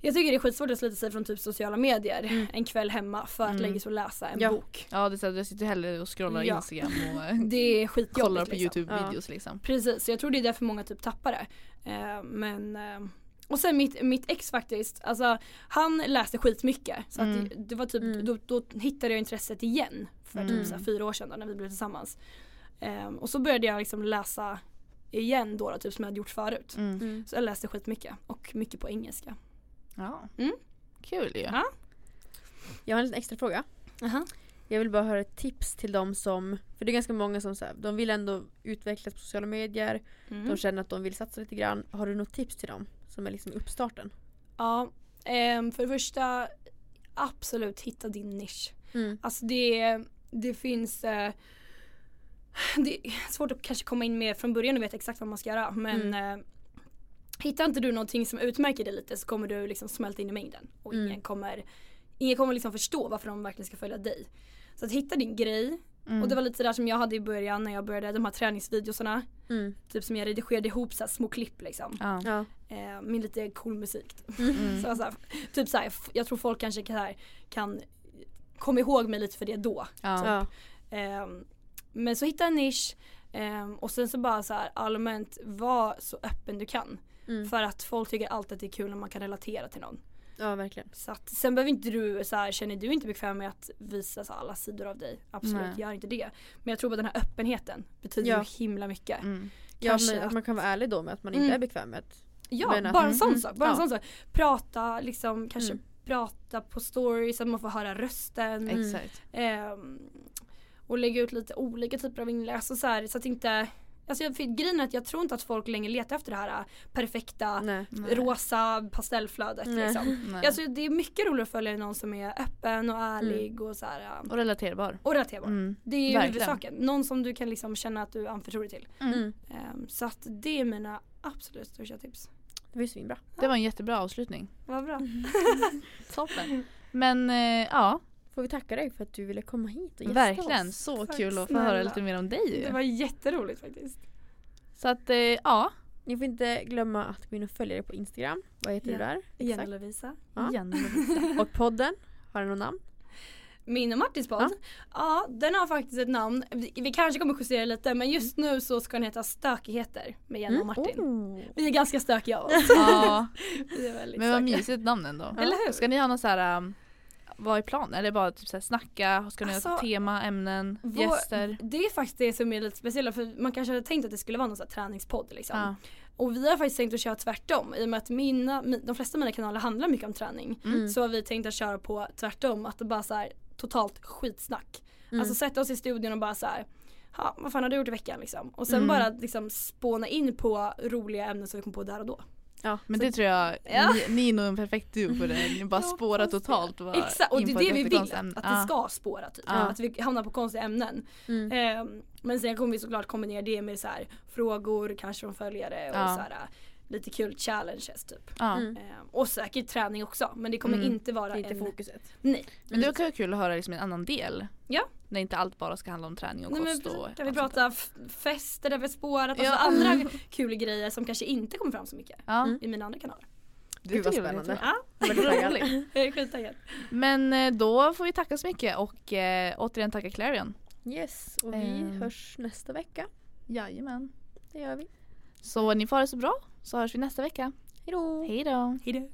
Speaker 3: jag tycker det är skitsvårt att slita sig från typ sociala medier en kväll hemma för att
Speaker 2: Mm.
Speaker 3: lägga sig och läsa en
Speaker 1: Ja.
Speaker 3: bok.
Speaker 2: Ja det är så att jag sitter hellre och scrollar
Speaker 3: Ja.
Speaker 2: Instagram och
Speaker 3: Det är skitjobbigt.
Speaker 2: kollar på
Speaker 3: liksom.
Speaker 2: Youtube-videos liksom.
Speaker 3: Precis, så jag tror det är därför många typ tappar det. Eh, men eh, och sen mitt, mitt ex faktiskt, alltså han läste skitmycket. Så
Speaker 2: Mm.
Speaker 3: att det, det var typ,
Speaker 1: Mm.
Speaker 3: då, då hittade jag intresset igen för
Speaker 2: Mm.
Speaker 3: typ så här, fyra år sedan då, när vi blev tillsammans. Eh, och så började jag liksom läsa igen då, då typ som jag hade gjort förut.
Speaker 2: Mm.
Speaker 1: Mm.
Speaker 3: Så jag läste skitmycket och mycket på engelska.
Speaker 2: Ja.
Speaker 3: Mm.
Speaker 2: Kul ju.
Speaker 3: Ja.
Speaker 1: Jag har en liten extra fråga. Jag vill bara höra ett tips till de som, för det är ganska många som så här, de vill ändå utvecklas på sociala medier,
Speaker 3: Mm.
Speaker 1: de känner att de vill satsa lite grann. Har du något tips till dem som är liksom uppstarten?
Speaker 3: Ja, ehm, för det första absolut hitta din nisch.
Speaker 1: Mm.
Speaker 3: Alltså det, det finns eh, det är svårt att kanske komma in med från början och veta exakt vad man ska göra men
Speaker 1: Mm.
Speaker 3: eh, hittar inte du någonting som utmärker dig lite så kommer du liksom smälta in i mängden och
Speaker 1: Mm.
Speaker 3: ingen kommer, ingen kommer liksom förstå varför de verkligen ska följa dig. Så att hitta din grej
Speaker 2: Mm.
Speaker 3: och det var lite där som jag hade i början när jag började de här träningsvideosarna
Speaker 1: Mm.
Speaker 3: typ som jag redigerade ihop så här, små klipp liksom
Speaker 2: ja.
Speaker 1: Ja.
Speaker 3: eh, med lite cool musik.
Speaker 2: Mm.
Speaker 3: Så, jag så här, typ så här, f- jag tror folk kanske kan, så här, kan komma ihåg mig lite för det då.
Speaker 2: Ja.
Speaker 1: Ja.
Speaker 3: Ehm, men så hitta en nisch ehm, och sen så bara så här allmänt var så öppen du kan.
Speaker 1: Mm.
Speaker 3: För att folk tycker alltid att det är kul när man kan relatera till någon.
Speaker 1: ja, verkligen.
Speaker 3: Så att, sen behöver inte du, så här, känner du inte bekväm med att visa så här, alla sidor av dig. Absolut,
Speaker 2: Nej.
Speaker 3: gör inte det. Men jag tror att den här öppenheten betyder
Speaker 1: Ja.
Speaker 3: så himla mycket.
Speaker 2: Mm.
Speaker 1: Ja,
Speaker 3: Kanske
Speaker 1: men att
Speaker 3: att-
Speaker 1: man kan vara ärlig då med att man inte
Speaker 3: Mm.
Speaker 1: är bekväm med att...
Speaker 3: Ja,
Speaker 1: Men att-
Speaker 3: bara en
Speaker 2: Mm,
Speaker 3: sån
Speaker 2: mm,
Speaker 3: sak. Bara en
Speaker 1: ja.
Speaker 3: sån sak. Prata liksom, kanske
Speaker 1: Mm.
Speaker 3: prata på stories, att man får höra rösten.
Speaker 1: Mm.
Speaker 2: Exakt.
Speaker 3: Ehm, och lägga ut lite olika typer av inlägg. Alltså så, här, så att inte Alltså jag, för grejen är att jag tror inte att folk längre letar efter det här äh, perfekta
Speaker 1: Nej.
Speaker 2: Nej.
Speaker 3: rosa pastellflödet
Speaker 1: Nej.
Speaker 3: liksom.
Speaker 2: Nej.
Speaker 3: Alltså det är mycket roligare att följa någon som är öppen och ärlig och så här, äh,
Speaker 2: Och relaterbar.
Speaker 3: och relaterbar.
Speaker 2: Mm.
Speaker 3: Det är ju
Speaker 2: Verkligen.
Speaker 3: huvudsaken. Någon som du kan liksom känna att du anförtror dig till.
Speaker 1: Mm.
Speaker 3: Ehm, så att det är mina absolut största tips.
Speaker 1: Det var ju svinbra.
Speaker 2: Det var en jättebra avslutning.
Speaker 3: Vad bra.
Speaker 2: Mm. Toppen. Men eh, ja,
Speaker 1: Får vi tacka dig för att du ville komma hit och gästa
Speaker 2: verkligen.
Speaker 1: oss.
Speaker 2: Så
Speaker 3: Tack
Speaker 2: kul att få
Speaker 3: snälla.
Speaker 2: höra lite mer om dig.
Speaker 3: Det
Speaker 2: ju.
Speaker 3: var jätteroligt faktiskt.
Speaker 2: Så att eh, ja,
Speaker 1: Ni får inte glömma att gå in och följa dig på Instagram. Vad heter
Speaker 3: Ja.
Speaker 1: du där?
Speaker 3: Igen Lovisa.
Speaker 1: Ja.
Speaker 2: igen.
Speaker 1: Och podden? Har den något namn?
Speaker 3: Min och Martins podd?
Speaker 1: Ja.
Speaker 3: Ja. den har faktiskt ett namn. Vi vi kanske kommer justera lite men just nu så ska den heta Stökigheter med Jenna
Speaker 2: Mm.
Speaker 3: och Martin.
Speaker 1: Oh.
Speaker 3: Vi är ganska stökiga av oss.
Speaker 2: Ja,
Speaker 3: Vi är väldigt
Speaker 2: men vad
Speaker 3: stökiga.
Speaker 2: mysigt namn ändå.
Speaker 3: Eller hur?
Speaker 2: Ska ni ha någon så här, um, vad är planen? Eller bara typ så här snacka? Ska ni ha
Speaker 3: Alltså,
Speaker 2: tema, ämnen,
Speaker 3: vår-
Speaker 2: gäster?
Speaker 3: Det är faktiskt det som är lite speciellt för man kanske hade tänkt att det skulle vara någon sån här träningspodd liksom.
Speaker 2: Ja.
Speaker 3: Och vi har faktiskt tänkt att köra tvärtom i och med att mina, mi- de flesta av mina kanaler handlar mycket om träning.
Speaker 1: Mm.
Speaker 3: Så har vi tänkt att köra på tvärtom att det bara så här totalt skitsnack.
Speaker 1: Mm.
Speaker 3: Alltså sätta oss i studion och bara så här "Ha, vad fan har du gjort i veckan liksom? Och sen
Speaker 2: Mm.
Speaker 3: bara liksom spåna in på roliga ämnen som vi kom på där och då.
Speaker 1: Ja.
Speaker 2: Men det tror jag,
Speaker 3: Ja.
Speaker 2: ni, ni är nog en perfekt duo på det. Ni bara
Speaker 3: Jag
Speaker 2: spårar
Speaker 3: hoppas det.
Speaker 2: totalt. Bara
Speaker 3: Exakt och
Speaker 2: in
Speaker 3: det är
Speaker 2: på ett
Speaker 3: det vi vill,
Speaker 2: jättekonstiga
Speaker 3: att
Speaker 2: ämne.
Speaker 3: det ska spåra typ.
Speaker 2: Ja.
Speaker 3: Att vi hamnar på konstiga ämnen.
Speaker 1: Mm.
Speaker 3: Ehm, men sen kommer vi såklart kombinera det med så här, frågor kanske från följare och
Speaker 2: Ja.
Speaker 3: så här, lite kul challenges typ.
Speaker 2: Ja.
Speaker 1: Mm.
Speaker 3: Ehm, och säkert träning också men det kommer
Speaker 2: Mm.
Speaker 3: inte
Speaker 1: Det
Speaker 3: vara
Speaker 1: är inte
Speaker 3: en...
Speaker 1: fokuset.
Speaker 3: Nej.
Speaker 2: Men det kan vara kul att höra liksom en annan del.
Speaker 3: Ja.
Speaker 2: När inte allt bara ska handla om träning och
Speaker 3: Nej, men
Speaker 2: kost och
Speaker 3: precis, kan vi
Speaker 2: allt sånt där.
Speaker 3: prata f- fester där vi har spårat, alltså
Speaker 2: Ja.
Speaker 3: andra kul grejer som kanske inte kommer fram så mycket
Speaker 2: Ja,
Speaker 1: Mm.
Speaker 3: i mina andra kanaler.
Speaker 2: det
Speaker 1: Gud, vad
Speaker 2: tycker jag
Speaker 1: spännande.
Speaker 2: låter
Speaker 3: Ja,
Speaker 1: Väldigt
Speaker 2: jättebra.
Speaker 1: taggad.
Speaker 3: jag är skittaggad.
Speaker 2: Men eh, då får vi tacka så mycket och eh, återigen tacka Clarion.
Speaker 1: Yes, och vi
Speaker 2: Ehm.
Speaker 1: hörs nästa vecka.
Speaker 2: Jajamän.
Speaker 1: Det gör vi.
Speaker 2: Så ni får ha det så bra så hörs vi nästa vecka.
Speaker 1: Hejdå!
Speaker 2: Hej då.
Speaker 3: Hejdå.